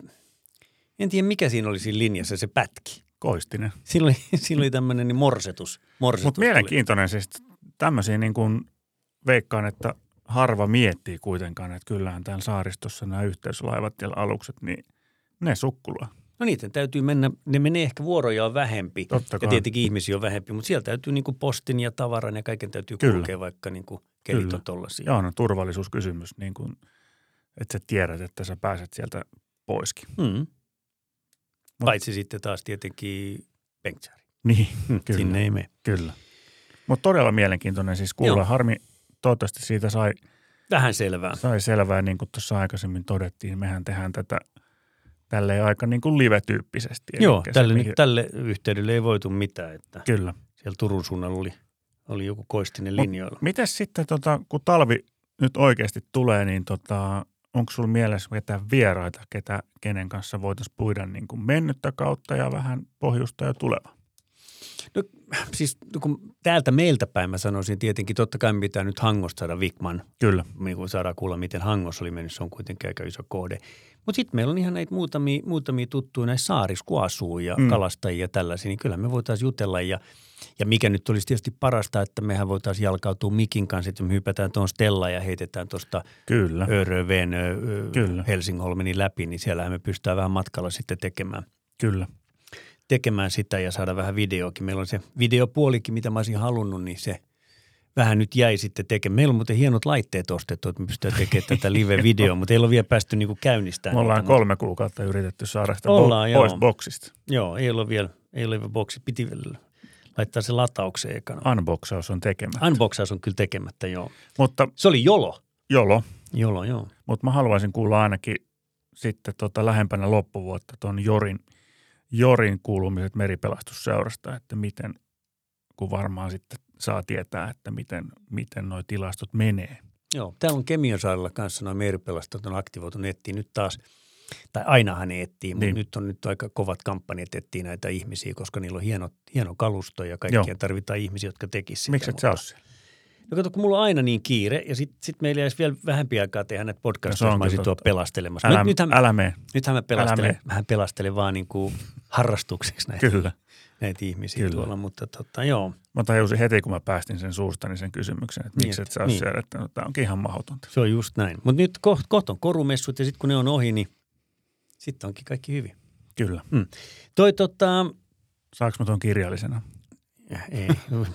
[SPEAKER 3] en tiedä mikä siinä oli siinä linjassa se pätki.
[SPEAKER 2] Koistinen.
[SPEAKER 3] Siinä oli, siinä oli tämmöinen niin morsetus. morsetus
[SPEAKER 2] Mutta
[SPEAKER 3] tuli.
[SPEAKER 2] mielenkiintoinen siis tämmöisiä niin kuin veikkaan, että harva miettii kuitenkaan, että kyllähän täällä saaristossa nämä yhteislaivat ja alukset, niin ne sukkulaa.
[SPEAKER 3] No niiden täytyy mennä, ne menee ehkä vuoroja on vähempi.
[SPEAKER 2] Totta
[SPEAKER 3] Ja
[SPEAKER 2] kai.
[SPEAKER 3] tietenkin ihmisiä on vähempi, mutta siellä täytyy niin kuin postin ja tavaran ja kaiken täytyy
[SPEAKER 2] Kyllä.
[SPEAKER 3] kulkea, vaikka niin kuin kelit
[SPEAKER 2] Kyllä.
[SPEAKER 3] on tollaisia.
[SPEAKER 2] Joo, no turvallisuuskysymys, niin kuin, että sä tiedät, että sä pääset sieltä poiskin.
[SPEAKER 3] Mm. Paitsi sitten taas tietenkin penktsäri.
[SPEAKER 2] Niin,
[SPEAKER 3] Hmm, Kyllä.
[SPEAKER 2] kyllä.
[SPEAKER 3] Sinne ei mene.
[SPEAKER 2] Kyllä. Mutta todella mielenkiintoinen siis kuulla.
[SPEAKER 3] Joo. Ah.
[SPEAKER 2] Harmi, toivottavasti siitä sai,
[SPEAKER 3] Vähän selvää.
[SPEAKER 2] sai selvää, niin kuin tuossa aikaisemmin todettiin. Mehän tehdään tätä tälleen aika niin kuin live-tyyppisesti.
[SPEAKER 3] Joo,
[SPEAKER 2] Elikkä se,
[SPEAKER 3] tälle,
[SPEAKER 2] mihin-
[SPEAKER 3] nyt, tälle yhteydelle ei voitu mitään, että
[SPEAKER 2] Kyllä.
[SPEAKER 3] siellä Turun suunnalla oli, oli joku koistinen
[SPEAKER 2] Mut-
[SPEAKER 3] linjoilla.
[SPEAKER 2] Mites sitten, tota, kun talvi nyt oikeasti tulee, niin tota, onko sulla mielessä ketään vieraita, ketä, kenen kanssa voitaisiin puida niin kuin mennyttä kautta ja vähän pohjusta ja tulevaa?
[SPEAKER 3] No, siis no kun täältä meiltä päin mä sanoisin tietenkin, totta kai me pitää nyt Hangosta saada Vikman,
[SPEAKER 2] Kyllä.
[SPEAKER 3] niin kuin saadaan kuulla, miten Hangos oli mennyt, se on kuitenkin aika iso kohde. Mutta sitten meillä on ihan näitä muutamia, muutamia tuttuja näissä saarissa, kun asuu ja
[SPEAKER 2] Mm.
[SPEAKER 3] mm. kalastajia ja tällaisia, niin kyllä me voitaisiin jutella ja ja mikä nyt olisi tietysti parasta, että mehän voitaisiin jalkautua Mikin kanssa, että me hypätään tuon Stella ja heitetään tuosta
[SPEAKER 2] Kyllä.
[SPEAKER 3] Öröveen
[SPEAKER 2] Kyllä.
[SPEAKER 3] Helsingholmenin läpi, niin siellähän me pystytään vähän matkalla sitten tekemään,
[SPEAKER 2] Kyllä.
[SPEAKER 3] tekemään sitä ja saada vähän videokin. Meillä on se videopuolikin, mitä mä olisin halunnut, niin se vähän nyt jäi sitten tekemään. Meillä on muuten hienot laitteet ostettu, että me pystytään tekemään tätä live-videoa, mutta ei ole vielä päästy niinku käynnistämään.
[SPEAKER 2] Me ollaan
[SPEAKER 3] niitä, mutta-
[SPEAKER 2] kolme kuukautta yritetty saada sitä
[SPEAKER 3] Ollaan,
[SPEAKER 2] bo-
[SPEAKER 3] joo.
[SPEAKER 2] pois boksista.
[SPEAKER 3] Joo, ei ole vielä, ei ole vielä boksi. Piti vielä laittaa se lataukseen ekana.
[SPEAKER 2] Unboxaus on tekemä.
[SPEAKER 3] Unboxaus on kyllä tekemättä, joo.
[SPEAKER 2] Mutta
[SPEAKER 3] Se oli jolo.
[SPEAKER 2] jolo.
[SPEAKER 3] Jolo, joo.
[SPEAKER 2] Mutta mä haluaisin kuulla ainakin sitten tota lähempänä loppuvuotta tuon Jorin, Jorin kuulumiset meripelatusseurasta, että miten, kun varmaan sitten saa tietää, että miten, miten nuo tilastot menee.
[SPEAKER 3] Joo, täällä on Kemion saarella kanssa noin meripelastot on aktivoitu nettiin nyt taas. tai ainahan eettiin, mutta
[SPEAKER 2] Niin.
[SPEAKER 3] niin. nyt on nyt aika kovat kampanjat etsii näitä ihmisiä, koska niillä on hieno, hieno kalusto ja kaikkea
[SPEAKER 2] Joo.
[SPEAKER 3] tarvitaan ihmisiä, jotka tekisivät sitä.
[SPEAKER 2] Miksi et sä ole siellä?
[SPEAKER 3] No kato, kun mulla on aina niin kiire ja sitten sit meillä jäisi vielä vähempi aikaa tehdä näitä
[SPEAKER 2] No se on
[SPEAKER 3] podcasteja, jos mä olisin
[SPEAKER 2] kyllä
[SPEAKER 3] tuo
[SPEAKER 2] totta.
[SPEAKER 3] pelastelemassa.
[SPEAKER 2] Älä,
[SPEAKER 3] Nyt, nythän,
[SPEAKER 2] älä mene.
[SPEAKER 3] nythän mä pelastelen,
[SPEAKER 2] älä
[SPEAKER 3] mä pelastelen vaan niin kuin harrastukseksi näitä,
[SPEAKER 2] Kyllä.
[SPEAKER 3] näitä ihmisiä
[SPEAKER 2] Kyllä.
[SPEAKER 3] Kyllä. tuolla, mutta tota, joo,
[SPEAKER 2] Mä tajusin heti, kun mä päästin sen suusta, niin sen kysymyksen, että
[SPEAKER 3] Niin,
[SPEAKER 2] miksi et sä ole
[SPEAKER 3] niin.
[SPEAKER 2] siellä, että no, tää onkin ihan mahdotonta.
[SPEAKER 3] se on just näin. Mutta nyt kohta koht on korumessut ja sitten kun ne on ohi, niin sitten onkin kaikki hyvin.
[SPEAKER 2] Kyllä.
[SPEAKER 3] Toi tota,
[SPEAKER 2] Saanko mä tuon kirjallisena?
[SPEAKER 3] Ei.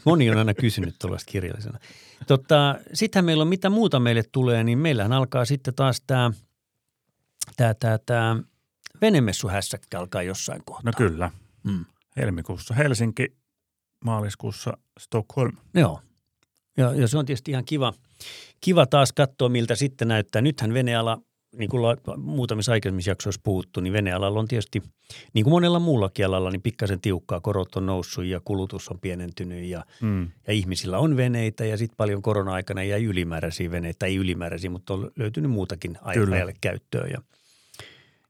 [SPEAKER 3] Moni on aina kysynyt tuollaista kirjallisena. Totta, sittenhän meillä on, mitä muuta meille tulee, niin meillähän alkaa sitten taas tämä tää, tää, tää venemessuhässäkkä alkaa jossain kohtaa.
[SPEAKER 2] No kyllä.
[SPEAKER 3] Mm.
[SPEAKER 2] Helmikuussa Helsinki, maaliskuussa Stockholm.
[SPEAKER 3] Joo. Ja, ja se on tietysti ihan kiva, kiva taas katsoa, miltä sitten näyttää. Nythän veneala, niin kuin la- muutamissa aikaisemmissa jaksoissa puhuttu, niin venealalla on tietysti, niin kuin monella muullakin alalla, niin pikkasen tiukkaa. Korot on noussut ja kulutus on pienentynyt ja
[SPEAKER 2] Mm.
[SPEAKER 3] ja ihmisillä on veneitä ja sitten paljon korona-aikana jäi ylimääräisiä veneitä, ei ylimääräisiä, mutta on löytynyt muutakin ai-
[SPEAKER 2] Kyllä.
[SPEAKER 3] ajalle käyttöön. Ja,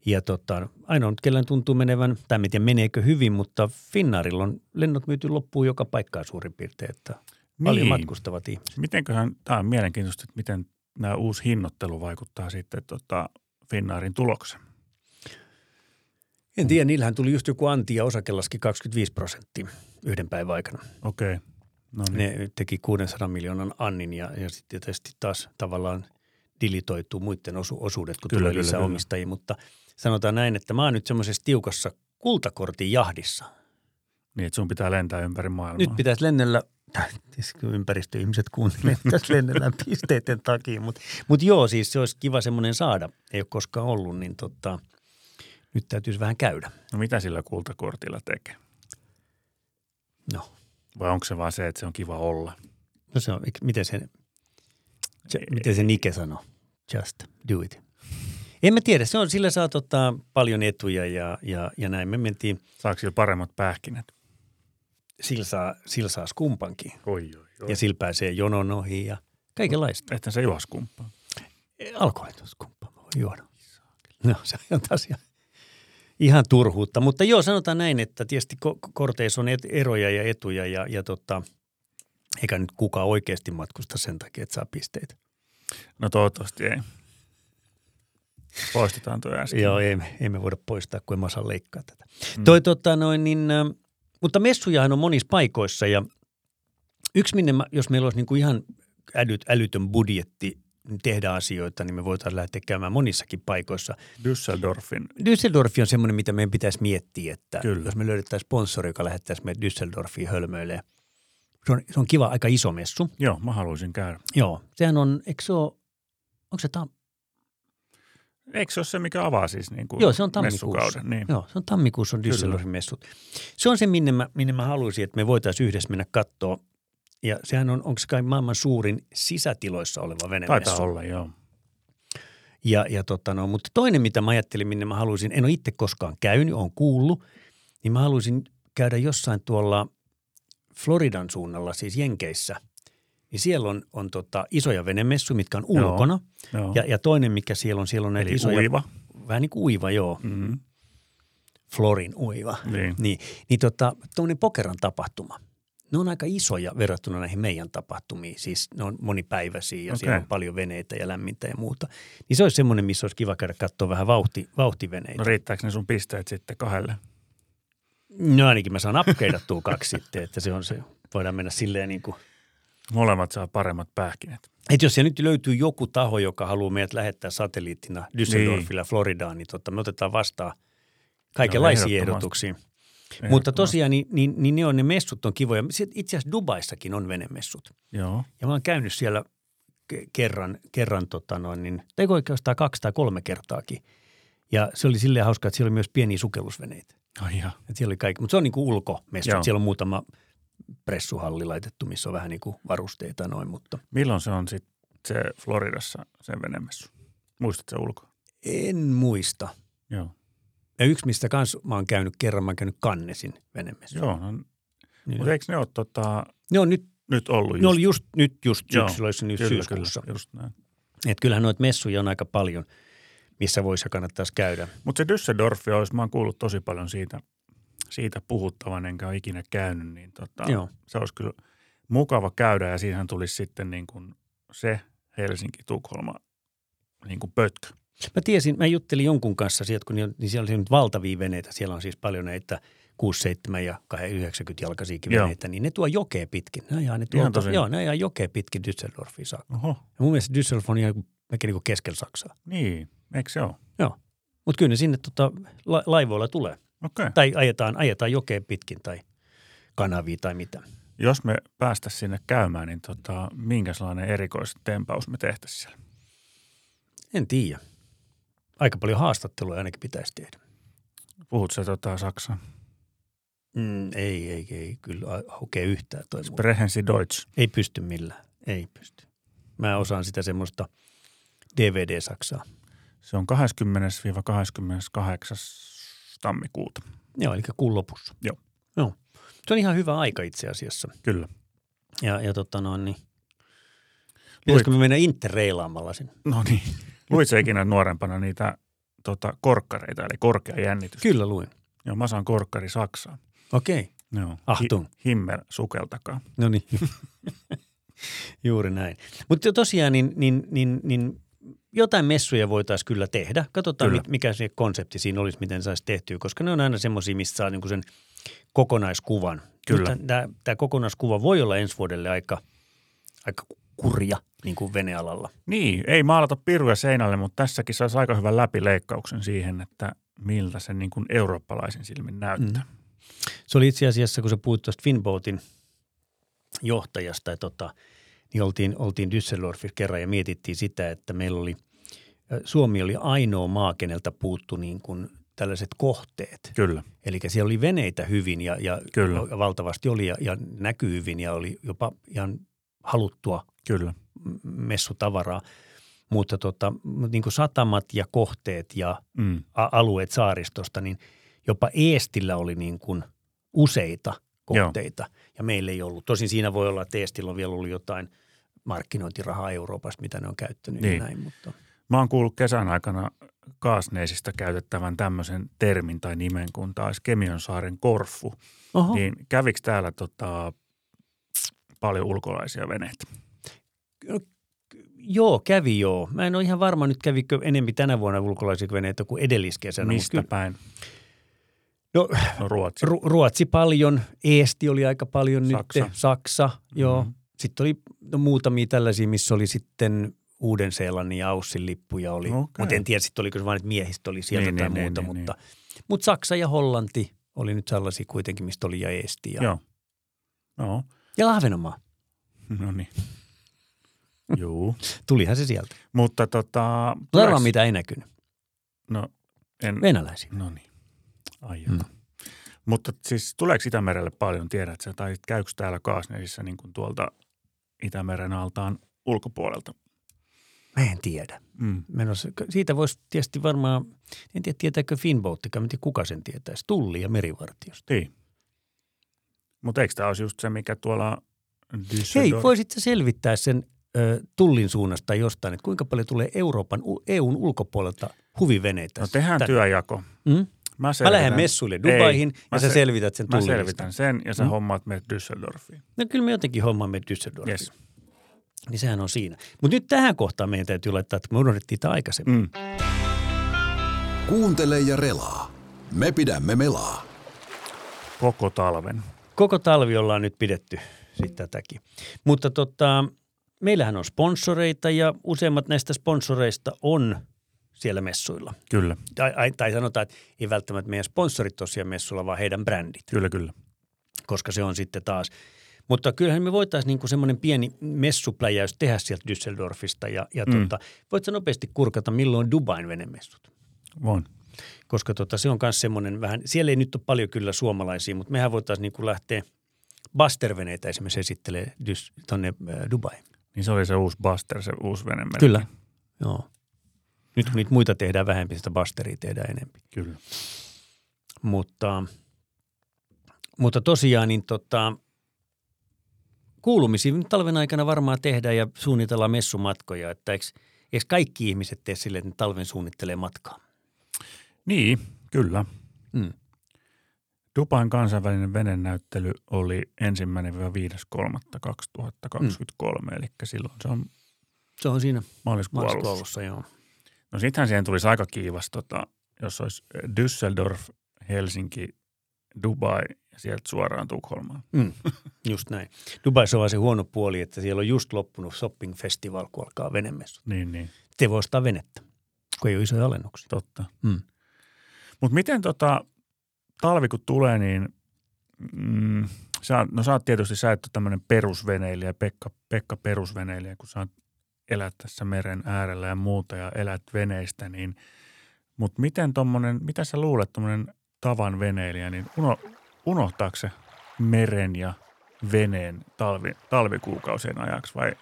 [SPEAKER 3] ja tota, ainoa nyt kellään tuntuu menevän, tai en tiedä meneekö hyvin, mutta Finnaarilla on lennot myyty loppuun joka paikkaan suurin piirtein, että
[SPEAKER 2] Niin.
[SPEAKER 3] paljon matkustavat ihmiset.
[SPEAKER 2] Mitenköhän, tämä on mielenkiintoista, että miten nämä uusi hinnoittelu vaikuttaa sitten tota Finnaarin tulokseen.
[SPEAKER 3] En tiedä, niillähän tuli just joku anti ja osake laski 25 prosenttia yhden päivän aikana.
[SPEAKER 2] Okei, okay. no niin.
[SPEAKER 3] Ne teki 600 miljoonan annin ja, ja sitten tietysti taas tavallaan dilitoituu muiden osu- osuudet, kun
[SPEAKER 2] Kyllä,
[SPEAKER 3] kyllä, tulee
[SPEAKER 2] kyllä,
[SPEAKER 3] lisää
[SPEAKER 2] kyllä.
[SPEAKER 3] omistajia. Mutta sanotaan näin, että mä oon nyt semmoisessa tiukassa kultakortin jahdissa.
[SPEAKER 2] Niin, että sun pitää lentää ympäri maailmaa.
[SPEAKER 3] Nyt pitäisi lennellä, tietysti kun ympäristöihmiset kuuntelevat, pitäisi lennellä pisteiden takia. Mutta mut joo, siis se olisi kiva semmoinen saada. Ei ole koskaan ollut, niin tota, nyt täytyisi vähän käydä.
[SPEAKER 2] No mitä sillä kultakortilla tekee?
[SPEAKER 3] No,
[SPEAKER 2] Vai onko se vaan se, että se on kiva olla?
[SPEAKER 3] no se on, miten se, se, miten se Nike sanoo? Just do it. En mä tiedä, se on, sillä saa tota, paljon etuja ja, ja, ja näin. Me mentiin,
[SPEAKER 2] Saako sillä paremmat pähkinät?
[SPEAKER 3] sillä saa, sillä saa skumpankin.
[SPEAKER 2] Oi, oi, oi.
[SPEAKER 3] Ja sillä pääsee jonon ohi ja kaikenlaista.
[SPEAKER 2] Että se juo skumppaa.
[SPEAKER 3] Alkoholiton skumppaa mä voin juoda. No se on taas ihan, ihan turhuutta. Mutta joo, sanotaan näin, että tietysti ko- ko- korteissa on et, eroja ja etuja ja, ja tota, eikä nyt kukaan oikeasti matkusta sen takia, että saa pisteitä.
[SPEAKER 2] No toivottavasti ei. Poistetaan tuo äsken.
[SPEAKER 3] Joo, ei, me- ei me voida poistaa, kun en mä osaa leikkaa tätä.
[SPEAKER 2] Mm.
[SPEAKER 3] Mm. Toi, tota, noin, niin, ä, mutta messujahan on monissa paikoissa ja yksi minne, mä, jos meillä olisi niin kuin ihan älyt, älytön budjetti niin tehdä asioita, niin me voitaisiin lähteä käymään monissakin paikoissa.
[SPEAKER 2] Düsseldorfin.
[SPEAKER 3] Düsseldorf on semmoinen, mitä meidän pitäisi miettiä, että
[SPEAKER 2] Kyllä.
[SPEAKER 3] Kyllä. jos me löydetään sponsori, joka lähettäisi meidät Düsseldorfiin hölmöille. Se on, se on kiva, aika iso messu.
[SPEAKER 2] Joo, mä haluaisin käydä.
[SPEAKER 3] Joo, sehän on, eikö se ole, onko se tam,
[SPEAKER 2] Eikö se ole se, mikä avaa siis niin kuin
[SPEAKER 3] Joo, se on tammikuussa.
[SPEAKER 2] messukauden? Niin.
[SPEAKER 3] Joo, se on tammikuussa on
[SPEAKER 2] Kyllä.
[SPEAKER 3] Düsseldorfin messut. Se on se, minne mä, minne mä haluaisin, että me voitaisiin yhdessä mennä katsoa. Ja sehän on, onko se kai maailman suurin sisätiloissa oleva
[SPEAKER 2] Taitaa
[SPEAKER 3] venemessu.
[SPEAKER 2] olla, joo.
[SPEAKER 3] Ja, ja tota no, mutta toinen, mitä mä ajattelin, minne mä haluaisin, en ole itse koskaan käynyt, on kuullut, niin mä haluaisin käydä jossain tuolla Floridan suunnalla, siis Jenkeissä. Niin siellä on, on tota isoja venemessuja, mitkä on
[SPEAKER 2] Joo.
[SPEAKER 3] ulkona.
[SPEAKER 2] joo.
[SPEAKER 3] Ja, ja toinen, mikä siellä on, siellä on näitä
[SPEAKER 2] Eli
[SPEAKER 3] isoja,
[SPEAKER 2] uiva.
[SPEAKER 3] vähän niin kuin uiva, joo.
[SPEAKER 2] Mm-hmm.
[SPEAKER 3] Florin uiva.
[SPEAKER 2] Niin.
[SPEAKER 3] Niin, niin tota, tuommoinen pokeran tapahtuma. Ne on aika isoja verrattuna näihin meidän tapahtumiin. Siis ne on monipäiväisiä ja
[SPEAKER 2] Okei.
[SPEAKER 3] okay. siellä on paljon veneitä ja lämmintä ja muuta. Niin se olisi semmoinen, missä olisi kiva käydä katsoa vähän vauhti, vauhtiveneitä.
[SPEAKER 2] No riittääkö ne sun pisteet sitten kahdelle? niin.
[SPEAKER 3] No ainakin mä saan upgradeattua kaksi sitten, että se on se, voidaan mennä silleen niin kuin.
[SPEAKER 2] Molemmat saa paremmat pähkinät.
[SPEAKER 3] Että jos siellä nyt löytyy joku taho, joka haluaa meidät lähettää satelliittina Düsseldorfilla ja Floridaan, niin tota, me otetaan vastaan kaikenlaisia
[SPEAKER 2] No, ehdottomasti.
[SPEAKER 3] ehdotuksia. Mutta tosiaan, niin, niin, niin ne, on, ne messut on kivoja. Sit Itse asiassa Dubaissakin on venemessut.
[SPEAKER 2] Joo.
[SPEAKER 3] Ja mä oon käynyt siellä ke- kerran, kerran tota noin, niin, tai oikeastaan kaksi tai kolme kertaakin. Ja se oli silleen hauska, että siellä oli myös pieniä sukellusveneitä.
[SPEAKER 2] Ai ihan.
[SPEAKER 3] Et siellä oli kaikki, mutta se on niin kuin ulkomessu.
[SPEAKER 2] Joo.
[SPEAKER 3] Siellä on muutama pressuhalli laitettu, missä on vähän niin kuin varusteita ja noin, mutta
[SPEAKER 2] Milloin se on sitten se Floridassa sen venemessu? Muistatko se ulkoa?
[SPEAKER 3] en muista.
[SPEAKER 2] Joo.
[SPEAKER 3] Ja yksi, mistä kans mä oon käynyt kerran, mä oon käynyt Kannesin venemessu.
[SPEAKER 2] Joo, no,
[SPEAKER 3] Niin,
[SPEAKER 2] mutta eikö ne ole tota,
[SPEAKER 3] ne on nyt,
[SPEAKER 2] nyt ollut just?
[SPEAKER 3] ne oli just, nyt just
[SPEAKER 2] Joo,
[SPEAKER 3] syksyllä, olisi nyt
[SPEAKER 2] kyllä,
[SPEAKER 3] syyskuussa.
[SPEAKER 2] kyllä, just näin.
[SPEAKER 3] Et kyllähän noita messuja on aika paljon. missä voisi ja kannattaisi käydä.
[SPEAKER 2] Mutta se Düsseldorf, olisi, mä oon kuullut tosi paljon siitä, siitä puhuttavan, enkä ole ikinä käynyt, niin tota,
[SPEAKER 3] Joo.
[SPEAKER 2] se olisi kyllä mukava käydä ja siihen tulisi sitten niin kuin se Helsinki-Tukholma niin kuin pötkö.
[SPEAKER 3] Mä tiesin, mä juttelin jonkun kanssa sieltä, kun ni- niin siellä on nyt valtavia veneitä. Siellä on siis paljon näitä 6, 7 ja 90 jalkaisiakin
[SPEAKER 2] Joo.
[SPEAKER 3] veneitä, niin ne tuo jokea pitkin. Ne ajaa, ne
[SPEAKER 2] Ihan
[SPEAKER 3] tuolta,
[SPEAKER 2] tosi.
[SPEAKER 3] joo, ne ajaa jokea pitkin Düsseldorfiin saakka.
[SPEAKER 2] Oho,
[SPEAKER 3] Ja mun mielestä Düsseldorf on ihan kuin- melkein niin kuin keskellä Saksaa.
[SPEAKER 2] niin, eikö se ole?
[SPEAKER 3] Mutta kyllä ne sinne tota, la, laivoilla tulee.
[SPEAKER 2] Okei.
[SPEAKER 3] Tai ajetaan, ajetaan jokea pitkin tai kanavia tai mitä.
[SPEAKER 2] Jos me päästäisiin sinne käymään, niin tota, minkälainen erikoistempaus me tehtäisiin siellä?
[SPEAKER 3] En tiedä. Aika paljon haastatteluja ainakin pitäisi tehdä.
[SPEAKER 2] Puhut sä tota Saksaa?
[SPEAKER 3] Mm, ei, ei, ei. Kyllä a- haukea yhtään toi muu.
[SPEAKER 2] Sprechen Sie Deutsch.
[SPEAKER 3] Ei pysty millään. Ei pysty. Mä osaan sitä semmoista DVD-saksaa.
[SPEAKER 2] Se on 20-28. tammikuuta.
[SPEAKER 3] Joo, eli kuun lopussa.
[SPEAKER 2] Joo.
[SPEAKER 3] Joo. Se on ihan hyvä aika itse asiassa.
[SPEAKER 2] Kyllä.
[SPEAKER 3] Ja, ja tota noin, niin. Pitäisikö me mennä interreilaamalla sinne?
[SPEAKER 2] No niin. Luit sä ikinä nuorempana niitä tota, korkkareita, eli korkea jännitys.
[SPEAKER 3] Kyllä luin.
[SPEAKER 2] Joo, mä saan korkkari Saksaa.
[SPEAKER 3] Okei. Ah,
[SPEAKER 2] Joo.
[SPEAKER 3] Achtung.
[SPEAKER 2] Hi- Himmel sukeltakaa.
[SPEAKER 3] No niin. Juuri näin. Mutta tosiaan niin, niin, niin, niin jotain messuja voitaisiin kyllä tehdä. Katsotaan,
[SPEAKER 2] Kyllä.
[SPEAKER 3] kyllä. mikä se konsepti siinä olisi, miten saisi tehtyä, koska ne on aina semmoisia, missä saa niinku sen kokonaiskuvan.
[SPEAKER 2] Kyllä.
[SPEAKER 3] Tämä kokonaiskuva voi olla ensi vuodelle aika, aika kurja niin kuin venealalla.
[SPEAKER 2] Niin, ei maalata piruja seinälle, mutta tässäkin saisi aika hyvän läpileikkauksen siihen, että miltä se niin kuin eurooppalaisin silmin näyttää. Mm.
[SPEAKER 3] Se oli itse asiassa, kun sä puhuit tuosta Finboatin johtajasta, ja tota, niin oltiin, oltiin Düsseldorfissa kerran ja mietittiin sitä, että meillä oli, Suomi oli ainoa maa, keneltä puuttu niin kuin tällaiset kohteet.
[SPEAKER 2] Kyllä.
[SPEAKER 3] Eli siellä oli veneitä hyvin ja, ja
[SPEAKER 2] Kyllä.
[SPEAKER 3] valtavasti oli ja, ja näkyy hyvin ja oli jopa ihan haluttua
[SPEAKER 2] Kyllä,
[SPEAKER 3] m- messutavaraa. Mutta tota, mut niin kuin satamat ja kohteet ja
[SPEAKER 2] mm,
[SPEAKER 3] a- alueet saaristosta, niin jopa Eestillä oli niin kuin useita kohteita ja meillä ei ollut. Tosin siinä voi olla, että Eestillä on vielä ollut jotain markkinointirahaa Euroopasta, mitä ne on käyttänyt
[SPEAKER 2] Niin.
[SPEAKER 3] ja näin, mutta
[SPEAKER 2] Mä oon kuullut kesän aikana kaasneisista käytettävän tämmöisen termin tai nimen kuin taas Kemionsaaren korfu.
[SPEAKER 3] Oho.
[SPEAKER 2] Oh.
[SPEAKER 3] Niin.
[SPEAKER 2] Niin käviks täällä tota, paljon ulkolaisia veneitä?
[SPEAKER 3] Joo, kävi joo. Mä en ole ihan varma nyt kävikö enemmän tänä vuonna ulkolaisia veneitä kuin edelliskesänä. mut
[SPEAKER 2] Mistä päin?
[SPEAKER 3] No,
[SPEAKER 2] No Ruotsi.
[SPEAKER 3] Ru- Ruotsi paljon, Eesti oli aika paljon
[SPEAKER 2] Saksa.
[SPEAKER 3] nyt, Saksa, joo.
[SPEAKER 2] Mhm.
[SPEAKER 3] Sitten oli no, muutamia tällaisia, missä oli sitten Uuden-Seelannin ja Aussin lippuja oli.
[SPEAKER 2] Okei.
[SPEAKER 3] Mutta en tiedä sitten oliko se vain, että miehistä oli sieltä
[SPEAKER 2] Niin,
[SPEAKER 3] tai
[SPEAKER 2] niin,
[SPEAKER 3] muuta.
[SPEAKER 2] niin,
[SPEAKER 3] mutta, mutta Saksa ja Hollanti oli nyt sellaisia kuitenkin, mistä oli ja Eesti ja,
[SPEAKER 2] Joo. No,
[SPEAKER 3] ja Ahvenanmaa.
[SPEAKER 2] no niin. Juu.
[SPEAKER 3] Tulihan se sieltä.
[SPEAKER 2] Mutta tota...
[SPEAKER 3] Mutta arvaa mitä ei näkynyt.
[SPEAKER 2] No, en...
[SPEAKER 3] Venäläisiä.
[SPEAKER 2] No niin. Ai mm. Mutta siis tuleeko Itämerelle paljon, tiedät sä, tai käykö täällä kaasneisissa niin kuin tuolta Itämeren altaan ulkopuolelta?
[SPEAKER 3] Mä en tiedä.
[SPEAKER 2] Mm.
[SPEAKER 3] Menossa. Siitä voisi tietysti varmaan, en tiedä tietääkö Finboattikaan, mä en tiedä kuka sen tietäisi. Tulli ja merivartiosta.
[SPEAKER 2] Niin. Mutta eikö tämä olisi just se, mikä tuolla
[SPEAKER 3] Hei,
[SPEAKER 2] Düsseldorf...
[SPEAKER 3] voisit sä selvittää sen ö, tullin suunnasta jostain, että kuinka paljon tulee Euroopan, u- EUn ulkopuolelta huviveneitä?
[SPEAKER 2] No tehdään
[SPEAKER 3] Tän-
[SPEAKER 2] työjako.
[SPEAKER 3] Mm?
[SPEAKER 2] Mä,
[SPEAKER 3] Mä
[SPEAKER 2] selvitän-
[SPEAKER 3] lähden messuille
[SPEAKER 2] Ei,
[SPEAKER 3] Dubaihin Ei,
[SPEAKER 2] mä
[SPEAKER 3] ja sä
[SPEAKER 2] se-
[SPEAKER 3] selvität sen
[SPEAKER 2] Mä
[SPEAKER 3] tullin.
[SPEAKER 2] selvitän sen ja sä
[SPEAKER 3] Mm.
[SPEAKER 2] mm. hommaat meidät Düsseldorfiin.
[SPEAKER 3] No kyllä me jotenkin hommaamme Düsseldorfin.
[SPEAKER 2] Yes.
[SPEAKER 3] Niin sehän on siinä. Mutta nyt tähän kohtaan meidän täytyy laittaa, että me unohdettiin tämä aikaisemmin.
[SPEAKER 2] Mm.
[SPEAKER 1] Kuuntele ja relaa. Me pidämme melaa.
[SPEAKER 2] Koko talven.
[SPEAKER 3] Koko talvi ollaan nyt pidetty sitten tätäkin. Mutta tota, meillähän on sponsoreita ja useimmat näistä sponsoreista on siellä messuilla.
[SPEAKER 2] Kyllä,
[SPEAKER 3] Tai, ai- tai sanotaan, että ei välttämättä meidän sponsorit tosiaan messuilla, vaan heidän brändit.
[SPEAKER 2] kyllä, kyllä.
[SPEAKER 3] koska se on sitten taas. Mutta kyllähän me voitaisiin niinku semmoinen pieni messupläjäys tehdä sieltä Düsseldorfista. Ja, ja mm. tota, voit sä nopeasti kurkata, milloin on Dubain venemessut?
[SPEAKER 2] Voin.
[SPEAKER 3] Koska tota, se on myös semmoinen vähän, siellä ei nyt ole paljon kyllä suomalaisia, mutta mehän voitaisiin niinku lähteä Buster-veneitä esimerkiksi esittelee äh, tuonne Dubai.
[SPEAKER 2] Niin se oli se uusi Buster, se uusi vene.
[SPEAKER 3] Kyllä, joo. Nyt kun niitä muita tehdään vähempi, sitä Busteria tehdään enempi.
[SPEAKER 2] Kyllä.
[SPEAKER 3] Mutta, mutta tosiaan niin tota, kuulumisia nyt talven aikana varmaan tehdään ja suunnitellaan messumatkoja, että eikö, eikö kaikki ihmiset tee silleen, että ne talven suunnittelee matkaa?
[SPEAKER 2] Niin, kyllä.
[SPEAKER 3] Mm.
[SPEAKER 2] Dubain kansainvälinen venenäyttely oli ensimmäinen 5.3.2023, mm. eli silloin se on
[SPEAKER 3] Se on siinä
[SPEAKER 2] maaliskuun
[SPEAKER 3] maaliskuun
[SPEAKER 2] alussa.
[SPEAKER 3] alussa, joo.
[SPEAKER 2] No sittenhän siihen tulisi aika kiivas, tota, jos olisi Düsseldorf, Helsinki, Dubai ja sieltä suoraan Tukholmaan.
[SPEAKER 3] Mm. Just näin. Dubaissa on vaan se huono puoli, että siellä on just loppunut shopping festival, kun alkaa venemessu.
[SPEAKER 2] Niin, niin,
[SPEAKER 3] Te voi ostaa venettä, kun ei ole isoja alennuksia.
[SPEAKER 2] totta.
[SPEAKER 3] Mm.
[SPEAKER 2] Mutta miten tota, talvi kun tulee, niin mm, sä, oot- no sä oot tietysti, sä et ole tämmöinen perusveneilijä, Pekka, Pekka perusveneilijä, kun sä oot, elät tässä meren äärellä ja muuta ja elät veneistä, niin mutta miten tommonen, mitä sä luulet tommonen tavan veneilijä, niin uno, unohtaako se meren ja veneen talvi, talvikuukausien ajaksi vai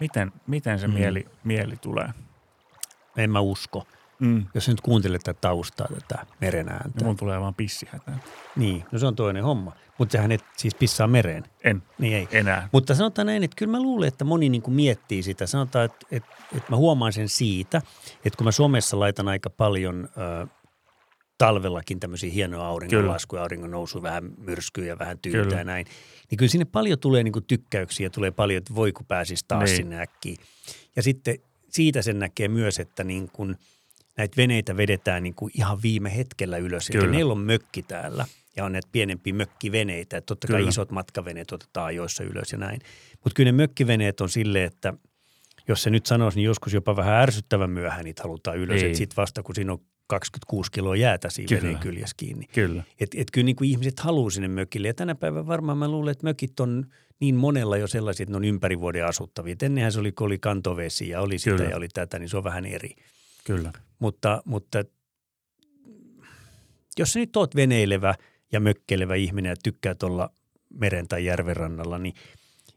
[SPEAKER 2] miten, miten se
[SPEAKER 3] Mm.
[SPEAKER 2] mm. mieli, mieli tulee?
[SPEAKER 3] En mä usko.
[SPEAKER 2] Mm.
[SPEAKER 3] Jos sä nyt kuuntelet tätä taustaa, tätä meren ääntä.
[SPEAKER 2] Ja mun tulee vaan pissihätä.
[SPEAKER 3] Niin, no se on toinen homma. Mutta sehän et siis pissaa mereen.
[SPEAKER 2] En
[SPEAKER 3] Niin ei.
[SPEAKER 2] enää.
[SPEAKER 3] Mutta sanotaan näin, että kyllä mä luulen, että moni niin kuin miettii sitä. Sanotaan, että, että, että mä huomaan sen siitä, että kun mä somessa laitan aika paljon ö, talvellakin tämmöisiä hienoja auringonlaskuja, auringon nousu, vähän myrskyä ja vähän tyyntä
[SPEAKER 2] Kyllä.
[SPEAKER 3] ja näin, niin kyllä sinne paljon tulee niin kuin tykkäyksiä, tulee paljon, että voi kun pääsisi taas
[SPEAKER 2] Niin.
[SPEAKER 3] sinne äkkiä. Ja sitten siitä sen näkee myös, että niin kuin näitä veneitä vedetään niin kuin ihan viime hetkellä ylös. Kyllä.
[SPEAKER 2] Kyllä.
[SPEAKER 3] meillä on mökki täällä ja on näitä pienempiä mökkiveneitä. Että totta kai
[SPEAKER 2] Kyllä.
[SPEAKER 3] isot matkaveneet otetaan joissa ylös ja näin. Mutta kyllä ne mökkiveneet on silleen, että jos se nyt sanoisi, niin joskus jopa vähän ärsyttävän myöhään niitä halutaan ylös.
[SPEAKER 2] Ei.
[SPEAKER 3] Sitten vasta kun siinä on 26 kiloa jäätä siinä
[SPEAKER 2] Kyllä.
[SPEAKER 3] veneen kyljessä kiinni.
[SPEAKER 2] Kyllä.
[SPEAKER 3] Et, et kyllä niin kuin ihmiset haluaa sinne mökille ja tänä päivänä varmaan mä luulen, että mökit on niin monella jo sellaisia, että ne on ympäri vuoden asuttavia. Et ennenhän se oli, kun oli kantovesi ja oli sitä
[SPEAKER 2] Kyllä.
[SPEAKER 3] ja oli tätä, niin se on vähän eri.
[SPEAKER 2] Kyllä.
[SPEAKER 3] Mutta, mutta jos sä nyt oot veneilevä ja mökkelevä ihminen ja tykkäät olla meren tai järven rannalla, niin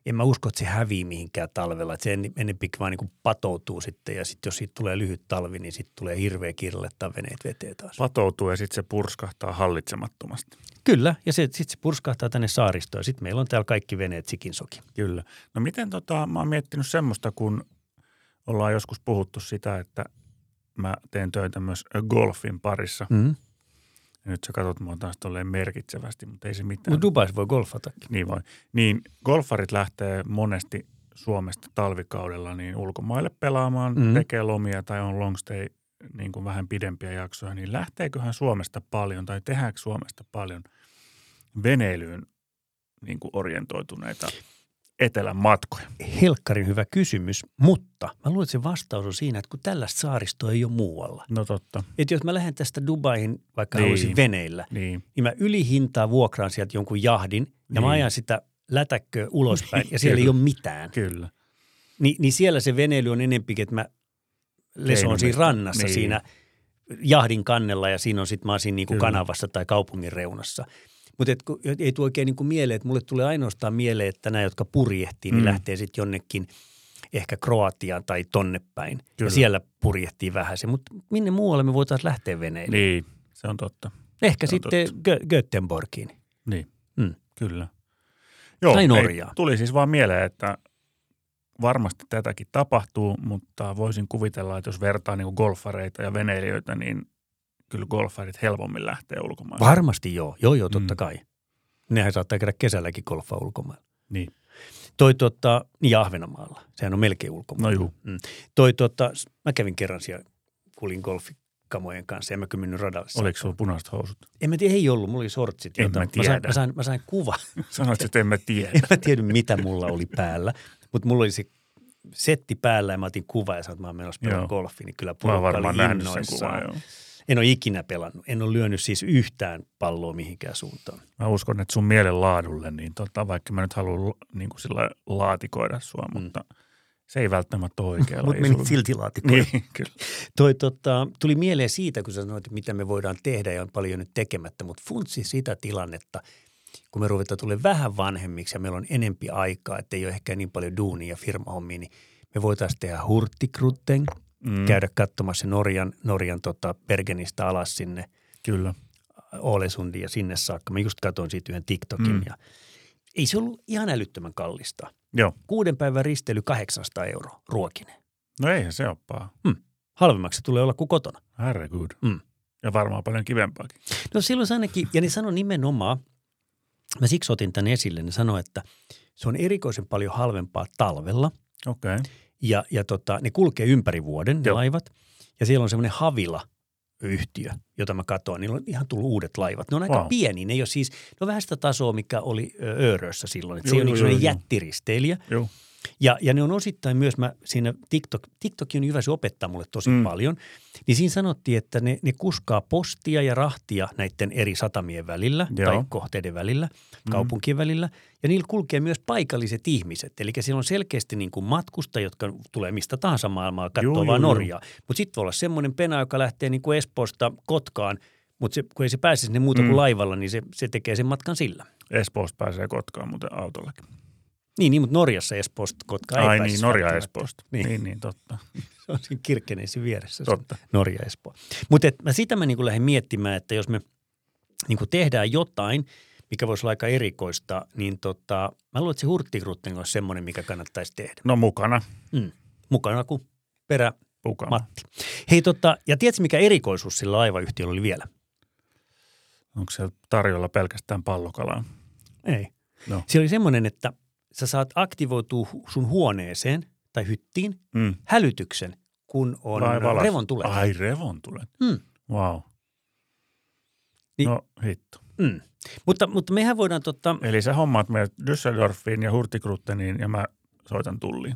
[SPEAKER 3] en mä usko, että se hävii mihinkään talvella. Että se en- enempi vaan niin kuin patoutuu sitten ja sitten jos siitä tulee lyhyt talvi, niin sitten tulee hirveä kirlettä veneet veteen taas.
[SPEAKER 2] Patoutuu ja sitten se purskahtaa hallitsemattomasti.
[SPEAKER 3] Kyllä, ja se, sitten se purskahtaa tänne saaristoon ja sitten meillä on täällä kaikki veneet sikinsoki.
[SPEAKER 2] Kyllä. No miten tota, mä oon miettinyt semmoista, kun ollaan joskus puhuttu sitä, että mä teen töitä myös golfin parissa.
[SPEAKER 3] Mm.
[SPEAKER 2] Ja nyt sä katsot mua taas tolleen merkitsevästi, mutta ei se mitään.
[SPEAKER 3] Mutta Dubais voi golfatakin.
[SPEAKER 2] niin voi. Niin golfarit lähtee monesti Suomesta talvikaudella niin ulkomaille pelaamaan,
[SPEAKER 3] Mm.
[SPEAKER 2] mm. tekee lomia tai on longstay niin kuin vähän pidempiä jaksoja, niin lähteeköhän Suomesta paljon tai tehdäänkö Suomesta paljon veneilyyn niin kuin orientoituneita etelän matkoja?
[SPEAKER 3] Helkkarin hyvä kysymys, mutta mä luulen, että se vastaus on siinä, että kun tällaista saaristoa ei ole muualla.
[SPEAKER 2] No totta,
[SPEAKER 3] Että jos mä lähden tästä Dubaihin, vaikka niin.
[SPEAKER 2] Niin.
[SPEAKER 3] haluaisin veneillä,
[SPEAKER 2] niin.
[SPEAKER 3] niin mä ylihintaa vuokraan sieltä jonkun jahdin ja niin. mä
[SPEAKER 2] Niin.
[SPEAKER 3] ajan sitä lätäkköä ulospäin ja siellä ei ole mitään.
[SPEAKER 2] Kyllä,
[SPEAKER 3] Ni, niin siellä se veneily on enempi, että mä lesoon siinä
[SPEAKER 2] Keinomerkki.
[SPEAKER 3] rannassa niin.
[SPEAKER 2] Niin.
[SPEAKER 3] siinä jahdin kannella ja siinä on sitten mä oon siinä niinku
[SPEAKER 2] Kyllä.
[SPEAKER 3] kanavassa tai kaupungin reunassa. Mutta ei tule oikein niinku mieleen, että mulle tulee ainoastaan mieleen, että nämä, jotka purjehtii, mm. niin
[SPEAKER 2] Mm.
[SPEAKER 3] lähtee sitten jonnekin ehkä Kroatiaan tai tonne päin. Kyllä. Ja
[SPEAKER 2] Kyllä.
[SPEAKER 3] siellä purjehtii vähän se, mutta minne muualle me voitaisiin lähteä veneille? Niin.
[SPEAKER 2] niin. Se on totta,
[SPEAKER 3] Ehkä
[SPEAKER 2] se on
[SPEAKER 3] sitten Gö- Göteborgiin.
[SPEAKER 2] niin.
[SPEAKER 3] Mm.
[SPEAKER 2] Kyllä. Joo,
[SPEAKER 3] Tai
[SPEAKER 2] ei,
[SPEAKER 3] Norjaan.
[SPEAKER 2] tuli siis vaan mieleen, että varmasti tätäkin tapahtuu, mutta voisin kuvitella, että jos vertaa niin golfareita ja veneilijöitä, niin kyllä golfarit helpommin lähtee ulkomaille.
[SPEAKER 3] Varmasti joo, joo joo, totta mm.
[SPEAKER 2] Mm.
[SPEAKER 3] kai. Nehän saattaa käydä kesälläkin golfaa ulkomailla.
[SPEAKER 2] Niin.
[SPEAKER 3] Toi tota, niin Ahvenanmaalla, sehän on melkein ulkomailla.
[SPEAKER 2] No juu.
[SPEAKER 3] Mm. Toi tota, s- mä kävin kerran siellä, kulin golfikamojen kanssa ja mä kyllä mennyt radalle.
[SPEAKER 2] Oliko sulla punaiset housut?
[SPEAKER 3] En mä tiedä, ei ollut, mulla oli sortsit.
[SPEAKER 2] En
[SPEAKER 3] jotain,
[SPEAKER 2] mä
[SPEAKER 3] Mä sain,
[SPEAKER 2] tiedä.
[SPEAKER 3] mä sain, mä sain kuva.
[SPEAKER 2] Sanoit, että en mä tiedä.
[SPEAKER 3] en mä tiedä, mitä mulla oli päällä, mutta mulla oli se setti päällä ja mä otin kuva ja sanoin, että mä oon menossa pelaamaan
[SPEAKER 2] Joo.
[SPEAKER 3] golfi, niin kyllä
[SPEAKER 2] Mä oon
[SPEAKER 3] porukka
[SPEAKER 2] varmaan
[SPEAKER 3] oli
[SPEAKER 2] nähnyt sen
[SPEAKER 3] innoissaan.
[SPEAKER 2] kuvan, joo.
[SPEAKER 3] En ole ikinä pelannut. En ole lyönyt siis yhtään palloa mihinkään suuntaan.
[SPEAKER 2] Mä uskon, että sun mielen laadulle, niin tota, vaikka mä nyt haluan la- niin kuin sillä lailla laatikoida sua,
[SPEAKER 3] Mm.
[SPEAKER 2] mutta se ei välttämättä ole oikealla.
[SPEAKER 3] Mutta
[SPEAKER 2] ei
[SPEAKER 3] menit
[SPEAKER 2] sulla-
[SPEAKER 3] silti laatikkoon. Niin.
[SPEAKER 2] Niin, kyllä.
[SPEAKER 3] Toi, tota, tuli mieleen siitä, kun sä sanoit, että mitä me voidaan tehdä ja on paljon nyt tekemättä, mutta funtsi sitä tilannetta, kun me ruvetaan tulee vähän vanhemmiksi ja meillä on enempi aikaa, että ei ole ehkä niin paljon duunia ja firmahommia, niin me voitaisiin tehdä hurttikrutten, mm.
[SPEAKER 2] Mm,
[SPEAKER 3] käydä katsomassa Norjan, Norjan tota Bergenistä alas sinne
[SPEAKER 2] Kyllä.
[SPEAKER 3] Olesundiin ja sinne saakka. Mä just katsoin siitä yhden TikTokin mm.
[SPEAKER 2] Mm.
[SPEAKER 3] ja ei se ollut ihan älyttömän kallista.
[SPEAKER 2] Joo.
[SPEAKER 3] Kuuden päivän risteily 800 euroa ruokinen.
[SPEAKER 2] No eihän se ole paha.
[SPEAKER 3] Halvemmaksi tulee olla kuin kotona.
[SPEAKER 2] Herre good.
[SPEAKER 3] Mm.
[SPEAKER 2] Ja varmaan paljon kivempaakin.
[SPEAKER 3] No silloin se ainakin, ja ne sanoi nimenomaan, mä siksi otin tämän esille, ne sanoi, että se on erikoisen paljon halvempaa talvella
[SPEAKER 2] Okei. Okay.
[SPEAKER 3] ja, ja tota, ne kulkee ympäri vuoden ne
[SPEAKER 2] Joo.
[SPEAKER 3] laivat ja siellä on semmoinen Havila yhtiö, jota mä katsoin, niillä on ihan tullut uudet laivat. Ne on aika
[SPEAKER 2] Vau.
[SPEAKER 3] pieni, ne ei ole siis, ne on vähän sitä tasoa, mikä oli ö, Öörössä silloin. Et se
[SPEAKER 2] Joo,
[SPEAKER 3] ei ole
[SPEAKER 2] joo,
[SPEAKER 3] niin semmoinen
[SPEAKER 2] joo, joo.
[SPEAKER 3] jättiristeilijä.
[SPEAKER 2] Joo.
[SPEAKER 3] Ja, ja ne on osittain myös, mä siinä TikTok, TikTokin on hyvä, se opettaa mulle tosi
[SPEAKER 2] Mm.
[SPEAKER 3] mm. paljon, niin siinä sanottiin, että ne, ne kuskaa postia ja rahtia näiden eri satamien välillä
[SPEAKER 2] Joo. Mm-hmm.
[SPEAKER 3] Joo. tai kohteiden välillä, kaupunkien välillä, ja niillä kulkee myös paikalliset ihmiset. Eli siellä on selkeästi niin kuin matkusta, jotka tulee mistä tahansa maailmaa,
[SPEAKER 2] Joo,
[SPEAKER 3] katsoo
[SPEAKER 2] joo, joo.
[SPEAKER 3] vaan Norjaa. Mutta sitten voi olla semmoinen pena, joka lähtee niin kuin Espoosta Kotkaan, mutta se, kun ei se pääse sinne muuta kuin
[SPEAKER 2] Mm.
[SPEAKER 3] laivalla, niin se, se tekee sen matkan sillä.
[SPEAKER 2] Espoosta pääsee Kotkaan muuten autollakin.
[SPEAKER 3] Niin, niin mutta Norjassa Espoosta Kotkaan ei
[SPEAKER 2] Ai
[SPEAKER 3] pääsisi
[SPEAKER 2] niin, Norja
[SPEAKER 3] välttämättä.
[SPEAKER 2] Espoosta. Niin.
[SPEAKER 3] Niin.
[SPEAKER 2] niin, niin totta.
[SPEAKER 3] Se on siinä kirkkeneisin vieressä. se
[SPEAKER 2] Totta.
[SPEAKER 3] Norja ja Espoo. Mutta mä sitä mä niinku lähdin miettimään, että jos me niinku tehdään jotain, mikä voisi olla aika erikoista, niin tota, mä luulen, että se hurttigrutting olisi semmoinen, mikä kannattaisi tehdä.
[SPEAKER 2] No mukana.
[SPEAKER 3] Mm. Mukana kuin perä
[SPEAKER 2] Mukana.
[SPEAKER 3] Matti. Hei tota, ja tiedätkö mikä erikoisuus sillä laivayhtiöllä oli vielä?
[SPEAKER 2] Onko siellä tarjolla pelkästään pallokalaa?
[SPEAKER 3] Ei.
[SPEAKER 2] No.
[SPEAKER 3] Se oli semmoinen, että sä saat aktivoitua hu- sun huoneeseen tai hyttiin
[SPEAKER 2] Mm.
[SPEAKER 3] hälytyksen, kun on
[SPEAKER 2] Laiva alas.
[SPEAKER 3] revon tulee.
[SPEAKER 2] Ai revontulet.
[SPEAKER 3] Mm.
[SPEAKER 2] Wow.
[SPEAKER 3] Niin-
[SPEAKER 2] No hitto.
[SPEAKER 3] Mm. Mutta, mutta mehän voidaan tota,
[SPEAKER 2] Eli sä hommaat meidät Düsseldorfiin ja Hurtigrutteniin ja mä soitan tulliin.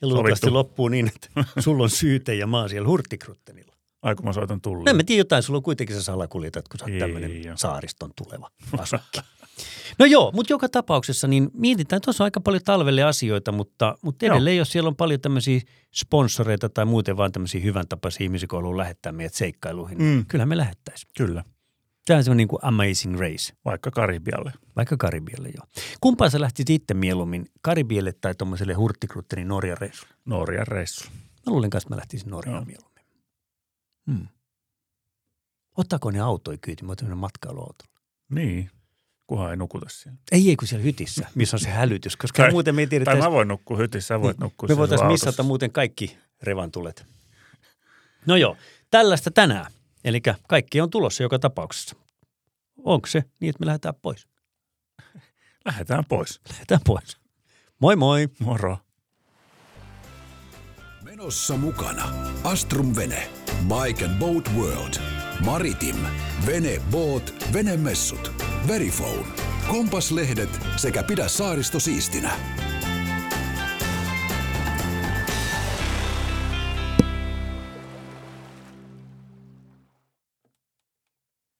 [SPEAKER 3] Ja luultavasti
[SPEAKER 2] Sovittu.
[SPEAKER 3] loppuu niin, että sulla on syyte ja mä oon siellä hurttikruttenilla.
[SPEAKER 2] Ai kun mä soitan tulliin.
[SPEAKER 3] No en mä tiedä jotain, sulla on kuitenkin se salakuljetat, kun sä oot
[SPEAKER 2] Ei
[SPEAKER 3] tämmöinen
[SPEAKER 2] oo.
[SPEAKER 3] saariston tuleva asukki. No joo, mutta joka tapauksessa niin mietitään, tuossa on aika paljon talvelle asioita, mutta, mutta
[SPEAKER 2] Joo.
[SPEAKER 3] edelleen jos siellä on paljon tämmöisiä sponsoreita tai muuten vaan tämmöisiä hyvän tapaisia ihmisiä, kun haluaa lähettää meidät seikkailuihin, niin
[SPEAKER 2] Mm.
[SPEAKER 3] mm. kyllähän me lähettäisiin.
[SPEAKER 2] Kyllä,
[SPEAKER 3] Tämä on semmoinen niin kuin amazing race,
[SPEAKER 2] vaikka Karibialle.
[SPEAKER 3] vaikka Karibialle joo. Kumpaan sä lähtisit itse mieluummin, Karibialle tai tuommoiselle hurttikruttenin Norjan reissulle?
[SPEAKER 2] Norjan reissu.
[SPEAKER 3] Mä luulen kanssa, että mä lähtisin Norjaan
[SPEAKER 2] Joo.
[SPEAKER 3] mieluummin. Hmm. Ottaako ne autoja kyyti? Mä otan ne matkailuautolla.
[SPEAKER 2] Niin, kunhan ei nukuta siellä.
[SPEAKER 3] Ei, ei kun siellä hytissä, missä on se hälytys, koska
[SPEAKER 2] Tai-
[SPEAKER 3] muuten me ei tiedetä.
[SPEAKER 2] Tai
[SPEAKER 3] edes- Niin,
[SPEAKER 2] mä voin nukkua hytissä, sä voit nukkua
[SPEAKER 3] me
[SPEAKER 2] siellä
[SPEAKER 3] voitaisiin
[SPEAKER 2] sun
[SPEAKER 3] missata
[SPEAKER 2] autossa.
[SPEAKER 3] muuten kaikki revantulet. No joo, tällaista tänään. Eli kaikki on tulossa joka tapauksessa. Onko se niin, että me lähdetään pois?
[SPEAKER 2] Lähdetään pois.
[SPEAKER 3] Lähdetään pois. Moi moi!
[SPEAKER 2] Moro.
[SPEAKER 1] Menossa mukana Astrum Vene, Bike and Boat World, Maritim, Vene Boat, Venemessut, Verifone, Kompaslehdet sekä Pidä saaristo siistinä.